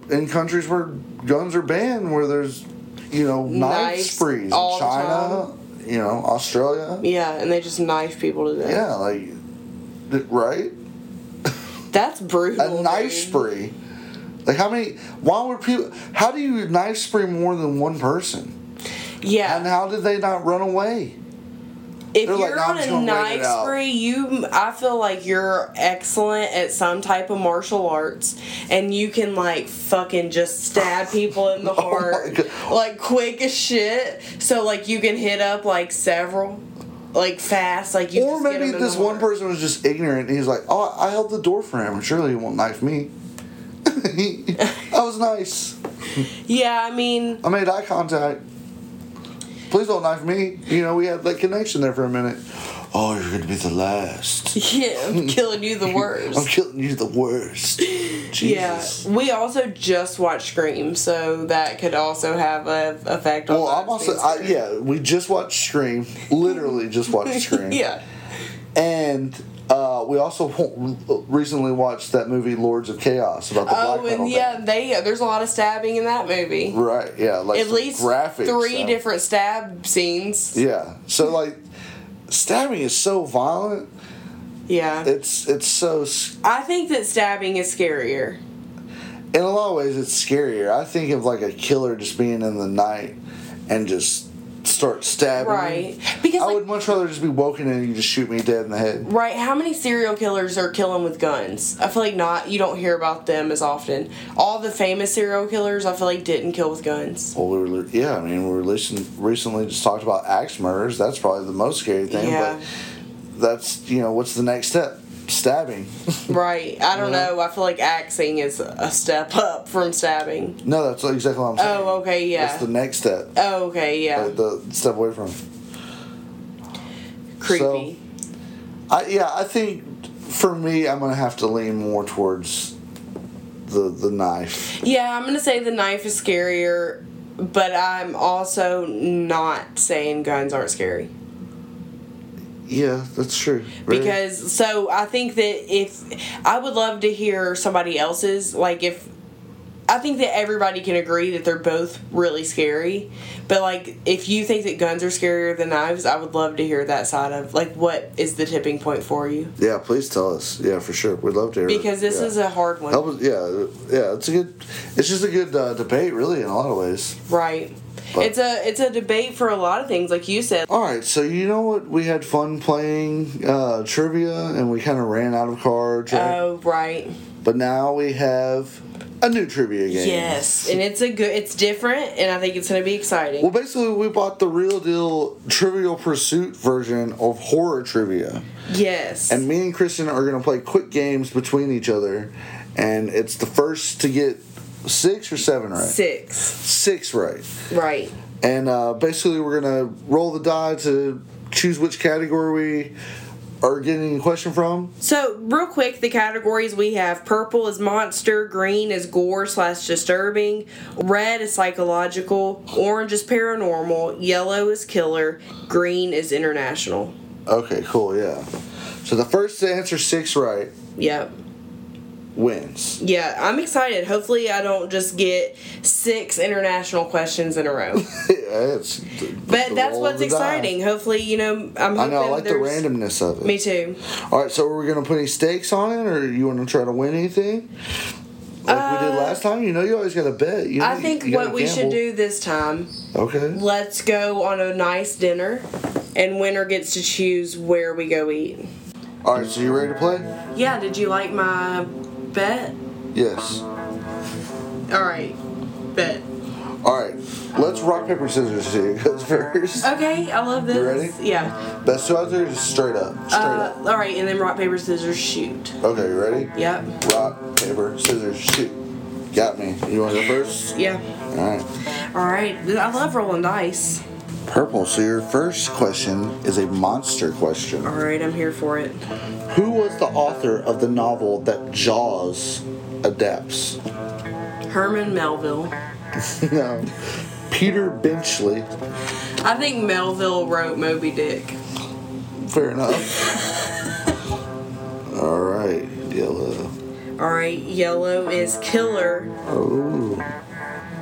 [SPEAKER 2] uh, in countries where guns are banned, where there's, you know, knife
[SPEAKER 3] Knives
[SPEAKER 2] sprees
[SPEAKER 3] all
[SPEAKER 2] in
[SPEAKER 3] the
[SPEAKER 2] China, you know, Australia. Yeah,
[SPEAKER 3] yeah, and they just knife people to death.
[SPEAKER 2] like, th- right?
[SPEAKER 3] That's
[SPEAKER 2] A
[SPEAKER 3] brutal.
[SPEAKER 2] knife
[SPEAKER 3] dude.
[SPEAKER 2] spree. Like, how many? Why would people? How do you knife spree more than one person?
[SPEAKER 3] Yeah.
[SPEAKER 2] And how did they not run away?
[SPEAKER 3] If
[SPEAKER 2] They're like,
[SPEAKER 3] you're
[SPEAKER 2] "No, I'm
[SPEAKER 3] on
[SPEAKER 2] just
[SPEAKER 3] a
[SPEAKER 2] gonna wait it
[SPEAKER 3] knife
[SPEAKER 2] out."
[SPEAKER 3] spree, you I feel like you're excellent at some type of martial arts, and you can like fucking just stab people in the heart,
[SPEAKER 2] Oh God.
[SPEAKER 3] like quick as shit. So like you can hit up like several, like fast, like you.
[SPEAKER 2] Or
[SPEAKER 3] just get
[SPEAKER 2] maybe
[SPEAKER 3] them in the
[SPEAKER 2] this one
[SPEAKER 3] heart.
[SPEAKER 2] person was just ignorant and he's like, Oh, I held the door for him. Surely he won't knife me. that was nice.
[SPEAKER 3] Yeah, I mean,
[SPEAKER 2] I made eye contact. Please don't knife me. You know, we had that connection there for a minute. Oh, you're gonna be the last.
[SPEAKER 3] yeah, I'm killing you the worst.
[SPEAKER 2] I'm killing you the worst. Oh, Jesus.
[SPEAKER 3] Yeah, we also just watched Scream, so that could also have a effect on.
[SPEAKER 2] Well, I'm
[SPEAKER 3] us
[SPEAKER 2] also,
[SPEAKER 3] being
[SPEAKER 2] I,
[SPEAKER 3] scared.
[SPEAKER 2] yeah, we just watched Scream. Literally just watched Scream.
[SPEAKER 3] yeah.
[SPEAKER 2] And uh, we also w- recently watched that movie, Lords of Chaos, about the black
[SPEAKER 3] Oh,
[SPEAKER 2] metal
[SPEAKER 3] and
[SPEAKER 2] band.
[SPEAKER 3] yeah, they there's a lot of stabbing in that movie.
[SPEAKER 2] Right, yeah, like
[SPEAKER 3] At
[SPEAKER 2] some
[SPEAKER 3] least
[SPEAKER 2] graphics,
[SPEAKER 3] three
[SPEAKER 2] so-
[SPEAKER 3] different stab scenes.
[SPEAKER 2] Yeah, so like stabbing is so violent.
[SPEAKER 3] Yeah.
[SPEAKER 2] It's it's so s-
[SPEAKER 3] I think that stabbing is scarier.
[SPEAKER 2] in a lot of ways it's scarier. I think of like a killer just being in the night and just start stabbing. me.
[SPEAKER 3] Right. Because,
[SPEAKER 2] Mm-hmm. I
[SPEAKER 3] like,
[SPEAKER 2] would much rather just be woken and you just shoot me dead in the head.
[SPEAKER 3] right, how many serial killers are killing with guns? I feel like not, you don't hear about them as often. All the famous serial killers, I feel like, didn't kill with guns.
[SPEAKER 2] Well, we were li- yeah. I mean, we were recent, recently just talked about axe murders. That's probably the most scary thing.
[SPEAKER 3] Yeah.
[SPEAKER 2] But that's you know what's the next step? stabbing.
[SPEAKER 3] Right. I don't know. I feel like axing is a step up from stabbing.
[SPEAKER 2] no, that's exactly what I'm saying.
[SPEAKER 3] Oh, okay, yeah.
[SPEAKER 2] That's the next step.
[SPEAKER 3] oh, okay, yeah.
[SPEAKER 2] uh, The step away from.
[SPEAKER 3] Creepy.
[SPEAKER 2] I yeah, I think for me, I'm gonna have to lean more towards the the knife.
[SPEAKER 3] yeah, I'm gonna say the knife is scarier, but I'm also not saying guns aren't scary.
[SPEAKER 2] Yeah, that's true. Really.
[SPEAKER 3] because so I think that if I would love to hear somebody else's like if I think that everybody can agree that they're both really scary, but like if you think that guns are scarier than knives, I would love to hear that side of like what is the tipping point for you
[SPEAKER 2] yeah, please tell us. Yeah, for sure, we'd love to hear. it.
[SPEAKER 3] because this
[SPEAKER 2] Yeah.
[SPEAKER 3] is a hard one,
[SPEAKER 2] Help us- yeah, yeah. It's a good. It's just a good uh, debate, really, in a lot of ways.
[SPEAKER 3] right?
[SPEAKER 2] But-
[SPEAKER 3] it's a it's a debate for a lot of things, like you said.
[SPEAKER 2] All right, so you know what? We had fun playing uh, trivia, and we kind of ran out of cards. right?
[SPEAKER 3] Oh right,
[SPEAKER 2] but now we have a new trivia game.
[SPEAKER 3] yes, and it's a good, it's different, and I think it's gonna be exciting.
[SPEAKER 2] Well, basically, we bought the real deal Trivial Pursuit version of horror trivia.
[SPEAKER 3] yes,
[SPEAKER 2] And me and Christian are going to play quick games between each other. And it's the first to get six or seven right?
[SPEAKER 3] six,
[SPEAKER 2] Six right.
[SPEAKER 3] right,
[SPEAKER 2] And uh, basically, we're going to roll the die to choose which category we are getting a question from.
[SPEAKER 3] So, real quick, the categories we have purple is monster, green is gore slash disturbing, red is psychological, orange is paranormal, yellow is killer, green is international.
[SPEAKER 2] Okay, cool, yeah. So the first to answer six right
[SPEAKER 3] Yep.
[SPEAKER 2] wins.
[SPEAKER 3] Yeah, I'm excited. Hopefully, I don't just get six international questions in a row.
[SPEAKER 2] it's
[SPEAKER 3] But that's what's exciting. Hopefully, you know, I'm hoping
[SPEAKER 2] I know, I like the
[SPEAKER 3] there's-
[SPEAKER 2] randomness of it.
[SPEAKER 3] Me too.
[SPEAKER 2] All right, so are we gonna put any stakes on it, or you want to try to win anything? Like we did last time, you know, you always got to bet. You know,
[SPEAKER 3] Uh, I think
[SPEAKER 2] you gotta
[SPEAKER 3] what we
[SPEAKER 2] gamble.
[SPEAKER 3] should do this time
[SPEAKER 2] Okay.
[SPEAKER 3] let's go on a nice dinner and winner gets to choose where we go eat
[SPEAKER 2] All right, so you ready to play?
[SPEAKER 3] yeah did you like my bet
[SPEAKER 2] Yes.
[SPEAKER 3] all right bet
[SPEAKER 2] All right, let's rock paper scissors. See who goes first.
[SPEAKER 3] okay i love this
[SPEAKER 2] ready?
[SPEAKER 3] yeah
[SPEAKER 2] Best two out there, just straight up, straight
[SPEAKER 3] uh,
[SPEAKER 2] up.
[SPEAKER 3] all right and then rock paper scissors shoot
[SPEAKER 2] Okay, you ready?
[SPEAKER 3] yep
[SPEAKER 2] Rock paper scissors shoot. Got me. You want to go first?
[SPEAKER 3] yeah
[SPEAKER 2] All right.
[SPEAKER 3] all right i love rolling dice
[SPEAKER 2] Purple. So your first question is a monster question.
[SPEAKER 3] all right i'm here for it
[SPEAKER 2] Who was the author of the novel that Jaws adapts?
[SPEAKER 3] herman melville
[SPEAKER 2] No. Peter Benchley.
[SPEAKER 3] i think melville wrote moby dick
[SPEAKER 2] Fair enough. All right, yellow.
[SPEAKER 3] all right yellow is killer
[SPEAKER 2] Oh,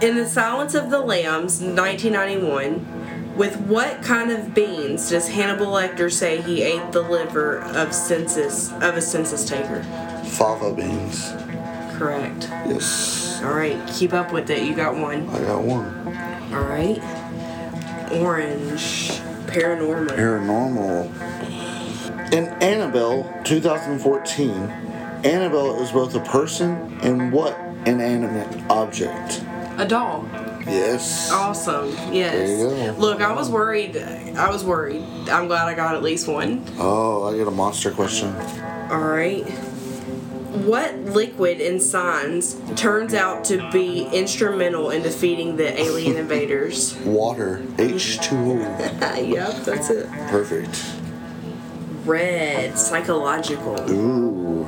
[SPEAKER 3] In the Silence of the Lambs, 1991, with what kind of beans does Hannibal Lecter say he ate the liver of census of a census taker?
[SPEAKER 2] fava beans.
[SPEAKER 3] Correct.
[SPEAKER 2] Yes,
[SPEAKER 3] All right, keep up with it. You got one.
[SPEAKER 2] I got one.
[SPEAKER 3] All right. Orange. Paranormal.
[SPEAKER 2] Paranormal. In Annabelle 2014, Annabelle is both a person and what inanimate object?
[SPEAKER 3] A doll.
[SPEAKER 2] Yes.
[SPEAKER 3] Awesome. Yes.
[SPEAKER 2] There you go.
[SPEAKER 3] Look, I was worried. I was worried. I'm glad I got at least one.
[SPEAKER 2] Oh, I get a monster question.
[SPEAKER 3] All right. What liquid in signs turns out to be instrumental in defeating the alien invaders?
[SPEAKER 2] Water. H2O.
[SPEAKER 3] yep, that's it.
[SPEAKER 2] Perfect.
[SPEAKER 3] Red, psychological.
[SPEAKER 2] Ooh.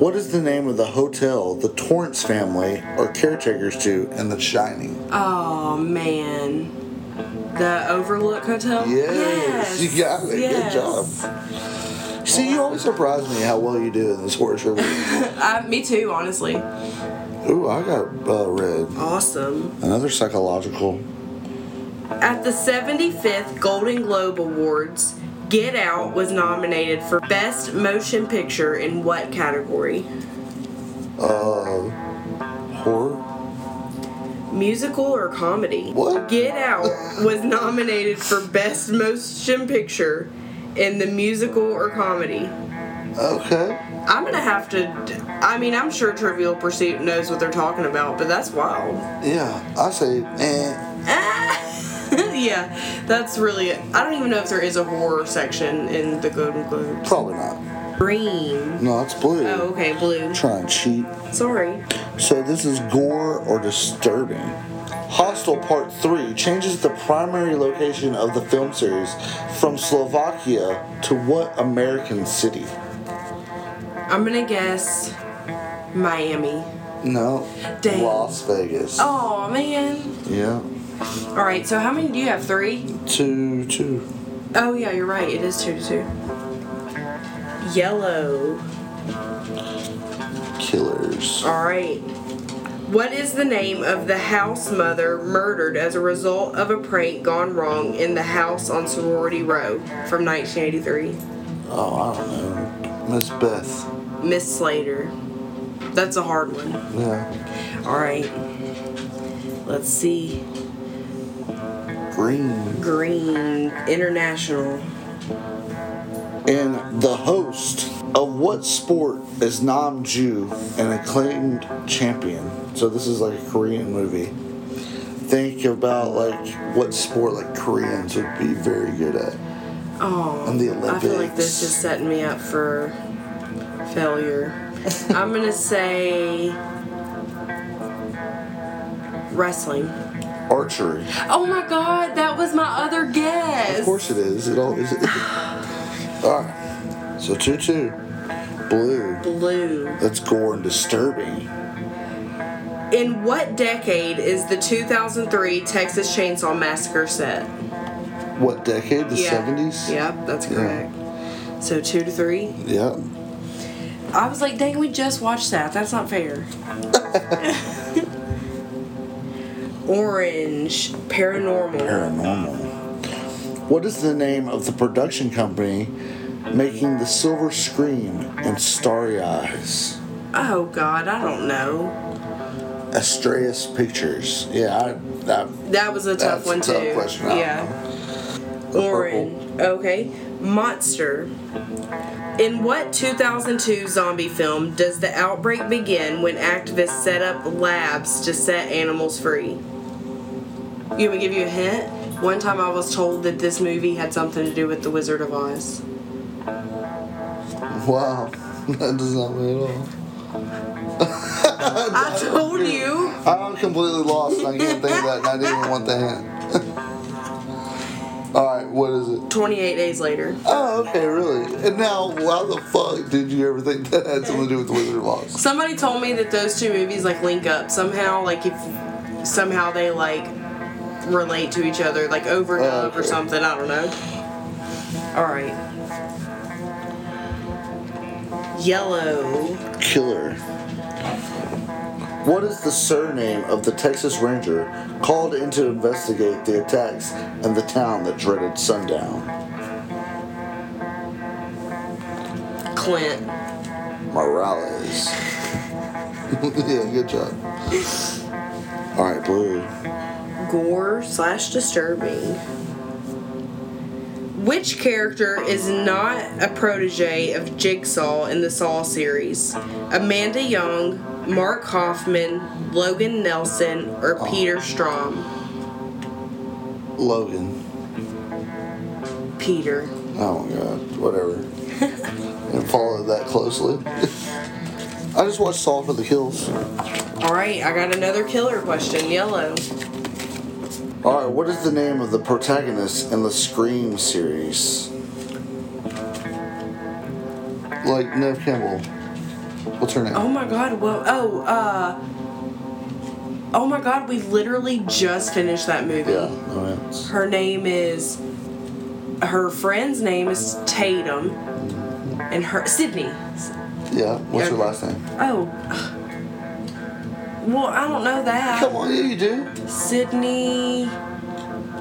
[SPEAKER 2] What is the name of the hotel the Torrance family are caretakers to in The Shining?
[SPEAKER 3] Oh man. The Overlook Hotel?
[SPEAKER 2] Yes, you got it. Good job. See, you always surprise me how well you do in this horror show.
[SPEAKER 3] Uh, me too, honestly.
[SPEAKER 2] Ooh, I got uh, red.
[SPEAKER 3] Awesome.
[SPEAKER 2] Another psychological.
[SPEAKER 3] At the 75th Golden Globe Awards, Get Out was nominated for Best Motion Picture in what category?
[SPEAKER 2] Uh, horror?
[SPEAKER 3] musical or comedy.
[SPEAKER 2] What?
[SPEAKER 3] Get Out was nominated for Best Motion Picture in the musical or comedy.
[SPEAKER 2] Okay.
[SPEAKER 3] I'm gonna have to. I mean, I'm sure Trivial Pursuit knows what they're talking about, but that's wild.
[SPEAKER 2] Yeah, I say, eh.
[SPEAKER 3] Ah! yeah, that's really. I don't even know if there is a horror section in the Golden Globes.
[SPEAKER 2] Probably not.
[SPEAKER 3] green.
[SPEAKER 2] No, it's blue.
[SPEAKER 3] Oh, okay, blue.
[SPEAKER 2] Trying to cheat.
[SPEAKER 3] Sorry.
[SPEAKER 2] So this is gore or disturbing. Hostel Part 3 changes the primary location of the film series from Slovakia to what American city?
[SPEAKER 3] I'm gonna guess Miami.
[SPEAKER 2] No.
[SPEAKER 3] Dang.
[SPEAKER 2] Las Vegas.
[SPEAKER 3] Oh man.
[SPEAKER 2] Yeah.
[SPEAKER 3] All right. So how many do you have? Three.
[SPEAKER 2] Two, two.
[SPEAKER 3] Oh yeah, you're right. It is two to two. Yellow.
[SPEAKER 2] Killers.
[SPEAKER 3] All right. What is the name of the house mother murdered as a result of a prank gone wrong in the house on Sorority Row from 1983?
[SPEAKER 2] Oh, I don't know. Miss Beth.
[SPEAKER 3] Miss Slater. That's a hard one.
[SPEAKER 2] Yeah.
[SPEAKER 3] All right. Let's see.
[SPEAKER 2] Green.
[SPEAKER 3] Green International.
[SPEAKER 2] And the host of what sport is Nam Ju, an acclaimed champion? So this is like a Korean movie. Think about like what sport like Koreans would be very good at.
[SPEAKER 3] Oh,
[SPEAKER 2] And the
[SPEAKER 3] I feel like this
[SPEAKER 2] Olympics.
[SPEAKER 3] is setting me up for failure. I'm gonna say wrestling.
[SPEAKER 2] Archery.
[SPEAKER 3] Oh my god, that was my other guess.
[SPEAKER 2] Of course it is. It always is. All right. So two two. Blue.
[SPEAKER 3] Blue.
[SPEAKER 2] That's gore and disturbing.
[SPEAKER 3] In what decade is the 2003 Texas Chainsaw Massacre set?
[SPEAKER 2] What decade? The seventies.
[SPEAKER 3] Yep, that's correct. So two to three.
[SPEAKER 2] Yeah.
[SPEAKER 3] I was like, dang, we just watched that. That's not fair. Orange paranormal.
[SPEAKER 2] Paranormal. What is the name of the production company making the Silver Screen and Starry Eyes?
[SPEAKER 3] Oh God, I don't know.
[SPEAKER 2] Astraeus Pictures. Yeah, I, that,
[SPEAKER 3] That was a tough
[SPEAKER 2] That's a
[SPEAKER 3] one
[SPEAKER 2] tough
[SPEAKER 3] too.
[SPEAKER 2] question. I don't
[SPEAKER 3] Yeah.
[SPEAKER 2] The
[SPEAKER 3] Orange. Okay. Monster. In what 2002 zombie film does the outbreak begin when activists set up labs to set animals free? You want me to give you a hint? One time I was told that this movie had something to do with The Wizard of Oz.
[SPEAKER 2] wow, that does not mean at all.
[SPEAKER 3] I told you.
[SPEAKER 2] I'm completely lost. and I can't think of that, and I didn't even want the hint. all right, what is it?
[SPEAKER 3] 28 days later.
[SPEAKER 2] Oh, okay, really? And now, how the fuck did you ever think that had something to do with the Wizard of Oz?
[SPEAKER 3] Somebody told me that those two movies like link up somehow. Like if somehow they like relate to each other, like overdub or
[SPEAKER 2] Okay.
[SPEAKER 3] something. I don't know. All right. Yellow.
[SPEAKER 2] Killer. What is the surname of the Texas Ranger called in to investigate the attacks in the town that dreaded sundown?
[SPEAKER 3] Clint.
[SPEAKER 2] Morales. yeah, good job. All right, Blue.
[SPEAKER 3] Gore slash disturbing. Which character is not a protege of Jigsaw in the Saw series? Amanda Young, Mark Hoffman, Logan Nelson, or Peter Strom?
[SPEAKER 2] Logan.
[SPEAKER 3] Peter.
[SPEAKER 2] Oh my god, whatever. and follow that closely. I just watched Saw for the Kills.
[SPEAKER 3] All right, I got another killer question. Yellow.
[SPEAKER 2] All right, what is the name of the protagonist in the Scream series? Like Nev Campbell. What's her name?
[SPEAKER 3] Oh my god, well, oh, uh. Oh my god, we literally just finished that movie.
[SPEAKER 2] Yeah, no it's
[SPEAKER 3] Her name is. Her friend's name is Tatum, and her Sydney.
[SPEAKER 2] Yeah, what's her
[SPEAKER 3] Yeah.
[SPEAKER 2] last name?
[SPEAKER 3] Oh. Well, I don't know
[SPEAKER 2] Come
[SPEAKER 3] that.
[SPEAKER 2] on, yeah, you do.
[SPEAKER 3] Sydney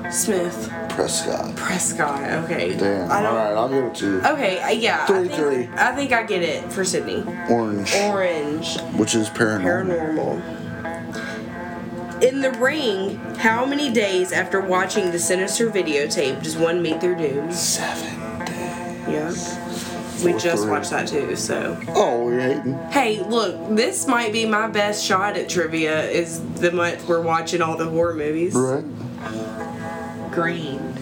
[SPEAKER 3] Smith
[SPEAKER 2] Prescott.
[SPEAKER 3] Prescott. Okay.
[SPEAKER 2] Damn.
[SPEAKER 3] I
[SPEAKER 2] All
[SPEAKER 3] don't.
[SPEAKER 2] right, I'll give it to you.
[SPEAKER 3] Okay. uh, Yeah. I
[SPEAKER 2] Three,
[SPEAKER 3] think,
[SPEAKER 2] three.
[SPEAKER 3] I think I get it for Sydney.
[SPEAKER 2] Orange,
[SPEAKER 3] Orange.
[SPEAKER 2] which is paranormal.
[SPEAKER 3] Paranormal. In the ring, how many days after watching the sinister videotape does one meet their doom?
[SPEAKER 2] Seven days.
[SPEAKER 3] Yeah. We
[SPEAKER 2] Four,
[SPEAKER 3] just
[SPEAKER 2] three.
[SPEAKER 3] watched that too, so.
[SPEAKER 2] Oh, we're hating.
[SPEAKER 3] Hey, look, this might be my best shot at trivia is the month we're watching all the horror movies.
[SPEAKER 2] Right?
[SPEAKER 3] Green.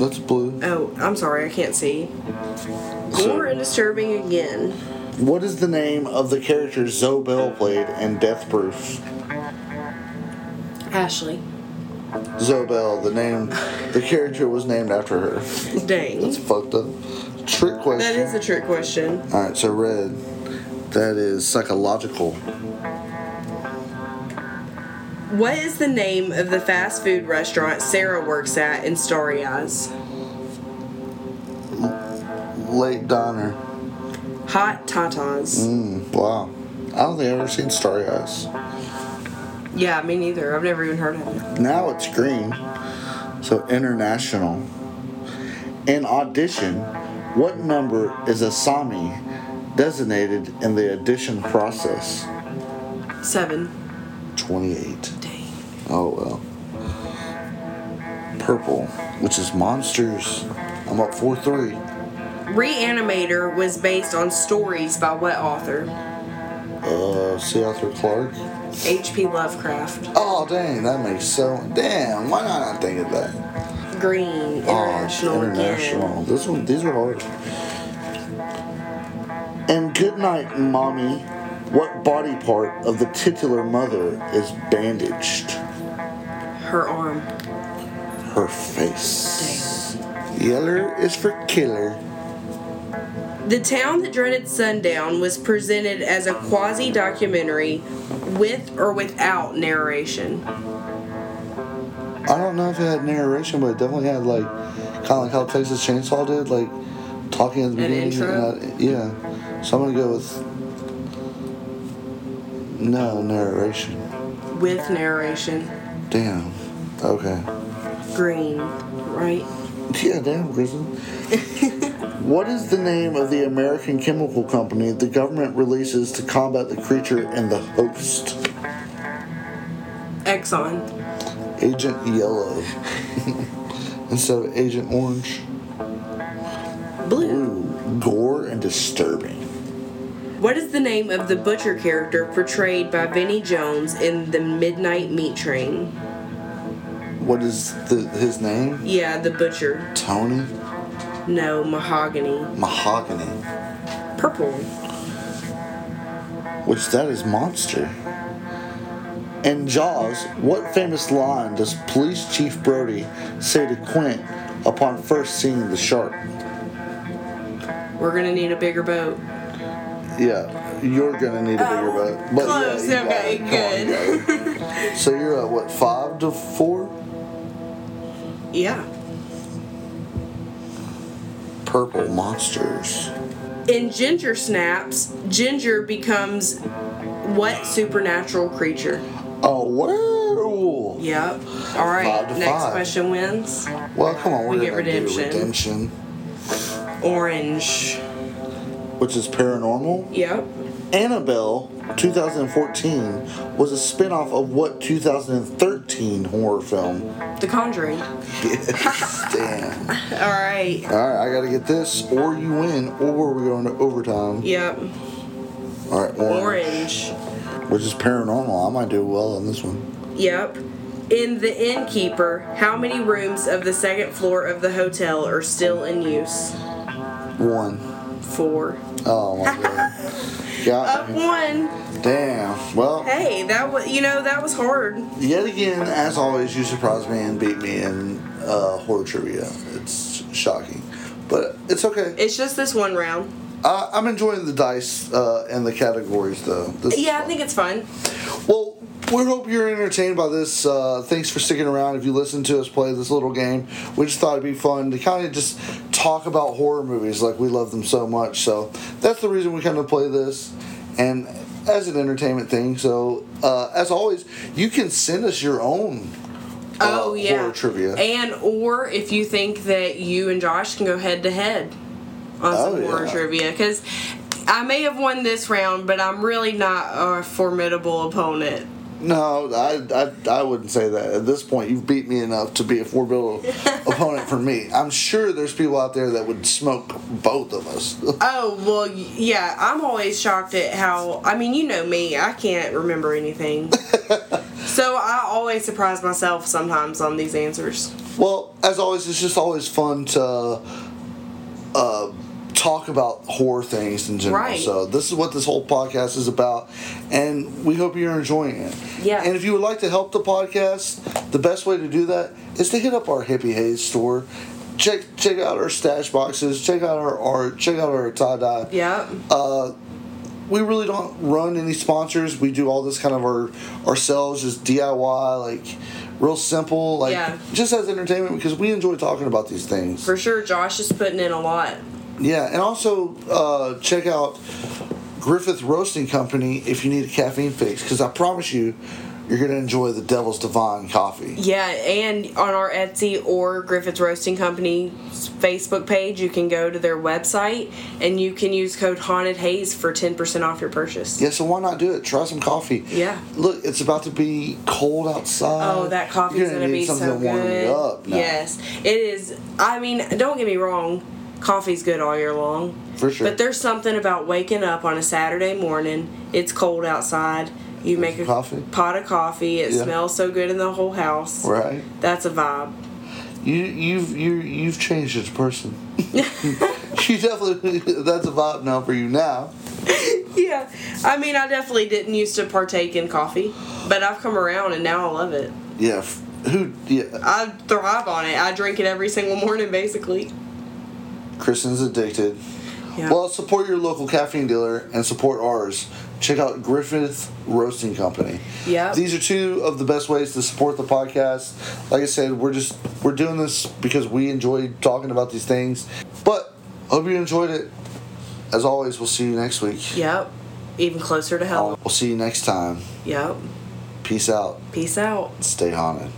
[SPEAKER 2] That's blue.
[SPEAKER 3] Oh, I'm sorry, I can't see. More and disturbing again.
[SPEAKER 2] What is the name of the character Zoe Bell played in Death Proof?
[SPEAKER 3] Ashley.
[SPEAKER 2] Zoe Bell, the name, the character was named after her.
[SPEAKER 3] Dang.
[SPEAKER 2] That's fucked up. Trick question.
[SPEAKER 3] That is a trick question.
[SPEAKER 2] All right, so red. That is psychological.
[SPEAKER 3] What is the name of the fast food restaurant Sarah works at in Starry Eyes?
[SPEAKER 2] Late Diner.
[SPEAKER 3] Hot Tatas.
[SPEAKER 2] Mm, wow. I don't think I've ever seen Starry Eyes.
[SPEAKER 3] Yeah, me neither. I've never even heard of it.
[SPEAKER 2] Now it's green. So international. In audition, what number is a Sami designated in the audition process?
[SPEAKER 3] Seven.
[SPEAKER 2] 28.
[SPEAKER 3] Dang.
[SPEAKER 2] Oh well. Purple, which is monsters. I'm up 4 3.
[SPEAKER 3] Reanimator was based on stories by what author?
[SPEAKER 2] Uh, see Arthur Clark.
[SPEAKER 3] H.P. Lovecraft.
[SPEAKER 2] Oh, dang, that makes so. Damn, why not I think of that?
[SPEAKER 3] Green. International.
[SPEAKER 2] oh, international. This one, these are hard. And good night, mommy. What body part of the titular mother is bandaged?
[SPEAKER 3] Again. Her arm.
[SPEAKER 2] Her face. Yeller is for killer.
[SPEAKER 3] The Town That Dreaded Sundown was presented as a quasi documentary with or without narration.
[SPEAKER 2] I don't know if it had narration, but it definitely had like kind of like how Texas Chainsaw did, like talking at the
[SPEAKER 3] An
[SPEAKER 2] beginning.
[SPEAKER 3] intro?
[SPEAKER 2] and that- yeah, so I'm gonna go with no narration.
[SPEAKER 3] With narration.
[SPEAKER 2] Damn. Okay.
[SPEAKER 3] Green. Right?
[SPEAKER 2] Yeah, damn, Grizzly. what is the name of the American chemical company the government releases to combat the creature and the host?
[SPEAKER 3] Exxon.
[SPEAKER 2] Agent Yellow instead of Agent Orange.
[SPEAKER 3] Blue.
[SPEAKER 2] Ooh, gore and disturbing.
[SPEAKER 3] What is the name of the butcher character portrayed by Vinnie Jones in The Midnight Meat Train?
[SPEAKER 2] What is the, his name?
[SPEAKER 3] Yeah, the butcher.
[SPEAKER 2] Tony
[SPEAKER 3] No, mahogany.
[SPEAKER 2] Mahogany,
[SPEAKER 3] Purple.
[SPEAKER 2] which that is monster. In Jaws, what famous line does Police Chief Brody say to Quint upon first seeing the shark?
[SPEAKER 3] We're gonna need a bigger boat.
[SPEAKER 2] Yeah, you're gonna need a bigger boat. But yeah,
[SPEAKER 3] Close.
[SPEAKER 2] you got
[SPEAKER 3] okay,
[SPEAKER 2] it. Come on, you
[SPEAKER 3] good.
[SPEAKER 2] got it. so you're at what five to four?
[SPEAKER 3] yeah.
[SPEAKER 2] Purple monsters.
[SPEAKER 3] In Ginger Snaps, Ginger becomes what supernatural creature?
[SPEAKER 2] A Oh, werewolf.
[SPEAKER 3] Yep. All right.
[SPEAKER 2] Five to
[SPEAKER 3] Next
[SPEAKER 2] five.
[SPEAKER 3] question wins.
[SPEAKER 2] Well, come on, we're
[SPEAKER 3] We get
[SPEAKER 2] gonna
[SPEAKER 3] redemption.
[SPEAKER 2] do redemption,
[SPEAKER 3] Orange.
[SPEAKER 2] which is paranormal.
[SPEAKER 3] Yep.
[SPEAKER 2] Annabelle 2014 was a spin-off of what 2013 horror film?
[SPEAKER 3] The Conjuring.
[SPEAKER 2] Yes, damn.
[SPEAKER 3] All right.
[SPEAKER 2] All right, I gotta get this, or you win, or we're going to overtime.
[SPEAKER 3] Yep.
[SPEAKER 2] All right, orange,
[SPEAKER 3] Orange.
[SPEAKER 2] which is paranormal. I might do well on this one.
[SPEAKER 3] Yep. In The Innkeeper, how many rooms of the second floor of the hotel are still in use?
[SPEAKER 2] One.
[SPEAKER 3] Four.
[SPEAKER 2] Oh my god.
[SPEAKER 3] Up
[SPEAKER 2] Got me.
[SPEAKER 3] one.
[SPEAKER 2] Damn. Well,
[SPEAKER 3] Hey, that was you know that was hard.
[SPEAKER 2] yet again, as always, you surprised me and beat me in uh, horror trivia. It's shocking, but it's okay.
[SPEAKER 3] It's just this one round.
[SPEAKER 2] Uh, I'm enjoying the dice uh, and the categories, though. This is
[SPEAKER 3] Yeah, I
[SPEAKER 2] fun.
[SPEAKER 3] think it's fun.
[SPEAKER 2] Well, we hope you're entertained by this. Uh, thanks for sticking around. If you listen to us play this little game, we just thought it'd be fun to kind of just talk about horror movies, like we love them so much. So that's the reason we kind of play this, and as an entertainment thing. So uh, as always, you can send us your own. uh,
[SPEAKER 3] Oh yeah.
[SPEAKER 2] Horror trivia.
[SPEAKER 3] And or if you think that you and Josh can go head to head on some
[SPEAKER 2] Oh,
[SPEAKER 3] horror
[SPEAKER 2] yeah.
[SPEAKER 3] trivia, because I may have won this round, but I'm really not a formidable opponent.
[SPEAKER 2] No, I, I, I wouldn't say that. At this point, you've beat me enough to be a formidable opponent for me. I'm sure there's people out there that would smoke both of us.
[SPEAKER 3] Oh well, y- yeah. I'm always shocked at how. I mean, you know me. I can't remember anything. So I always surprise myself sometimes on these answers.
[SPEAKER 2] Well, as always, it's just always fun to uh, talk about horror things in general.
[SPEAKER 3] Right.
[SPEAKER 2] So this is what this whole podcast is about, and we hope you're enjoying it.
[SPEAKER 3] Yeah.
[SPEAKER 2] And if you would like to help the podcast, the best way to do that is to hit up our Hippie Haze store. Check check out our stash boxes. Check out our art. Check out our tie dye
[SPEAKER 3] Yep.
[SPEAKER 2] Uh, we really don't run any sponsors. We do all this kind of our ourselves, just DIY, like real simple, like
[SPEAKER 3] Yeah.
[SPEAKER 2] just as entertainment because we enjoy talking about these things.
[SPEAKER 3] For sure, Josh is putting in a lot.
[SPEAKER 2] yeah, and also uh, check out Griffith Roasting Company if you need a caffeine fix because I promise you, you're gonna enjoy the Devil's Divine coffee.
[SPEAKER 3] Yeah, and on our Etsy or Griffith's Roasting Company's Facebook page, you can go to their website and you can use code Haunted Haze for 10% off your purchase.
[SPEAKER 2] Yeah, so why not do it? Try some coffee.
[SPEAKER 3] Yeah.
[SPEAKER 2] Look, it's about to be cold outside.
[SPEAKER 3] Oh, that coffee's
[SPEAKER 2] You're
[SPEAKER 3] gonna,
[SPEAKER 2] need
[SPEAKER 3] be
[SPEAKER 2] something
[SPEAKER 3] so
[SPEAKER 2] to warm
[SPEAKER 3] good.
[SPEAKER 2] you up. now.
[SPEAKER 3] Yes, it is. I mean, don't get me wrong, coffee's good all year long.
[SPEAKER 2] For sure.
[SPEAKER 3] But there's something about waking up on a Saturday morning. It's cold outside. You make a
[SPEAKER 2] Coffee.
[SPEAKER 3] pot of coffee. It
[SPEAKER 2] Yeah.
[SPEAKER 3] smells so good in the whole house.
[SPEAKER 2] Right.
[SPEAKER 3] That's a vibe.
[SPEAKER 2] You you've you you've changed as a person. you definitely that's a vibe now for you now.
[SPEAKER 3] Yeah, I mean, I definitely didn't used to partake in coffee, but I've come around and now I love it.
[SPEAKER 2] Yeah. f- Who? Yeah.
[SPEAKER 3] I thrive on it. I drink it every single morning, basically.
[SPEAKER 2] Kristen's addicted.
[SPEAKER 3] Yeah.
[SPEAKER 2] Well, support your local caffeine dealer and support ours. Check out Griffith Roasting Company.
[SPEAKER 3] Yep.
[SPEAKER 2] These are two of the best ways to support the podcast. Like I said, we're just we're doing this because we enjoy talking about these things. But hope you enjoyed it. As always, we'll see you next week.
[SPEAKER 3] yep. Even closer to hell.
[SPEAKER 2] Oh. We'll see you next time.
[SPEAKER 3] Yep.
[SPEAKER 2] Peace out.
[SPEAKER 3] Peace out.
[SPEAKER 2] Stay haunted.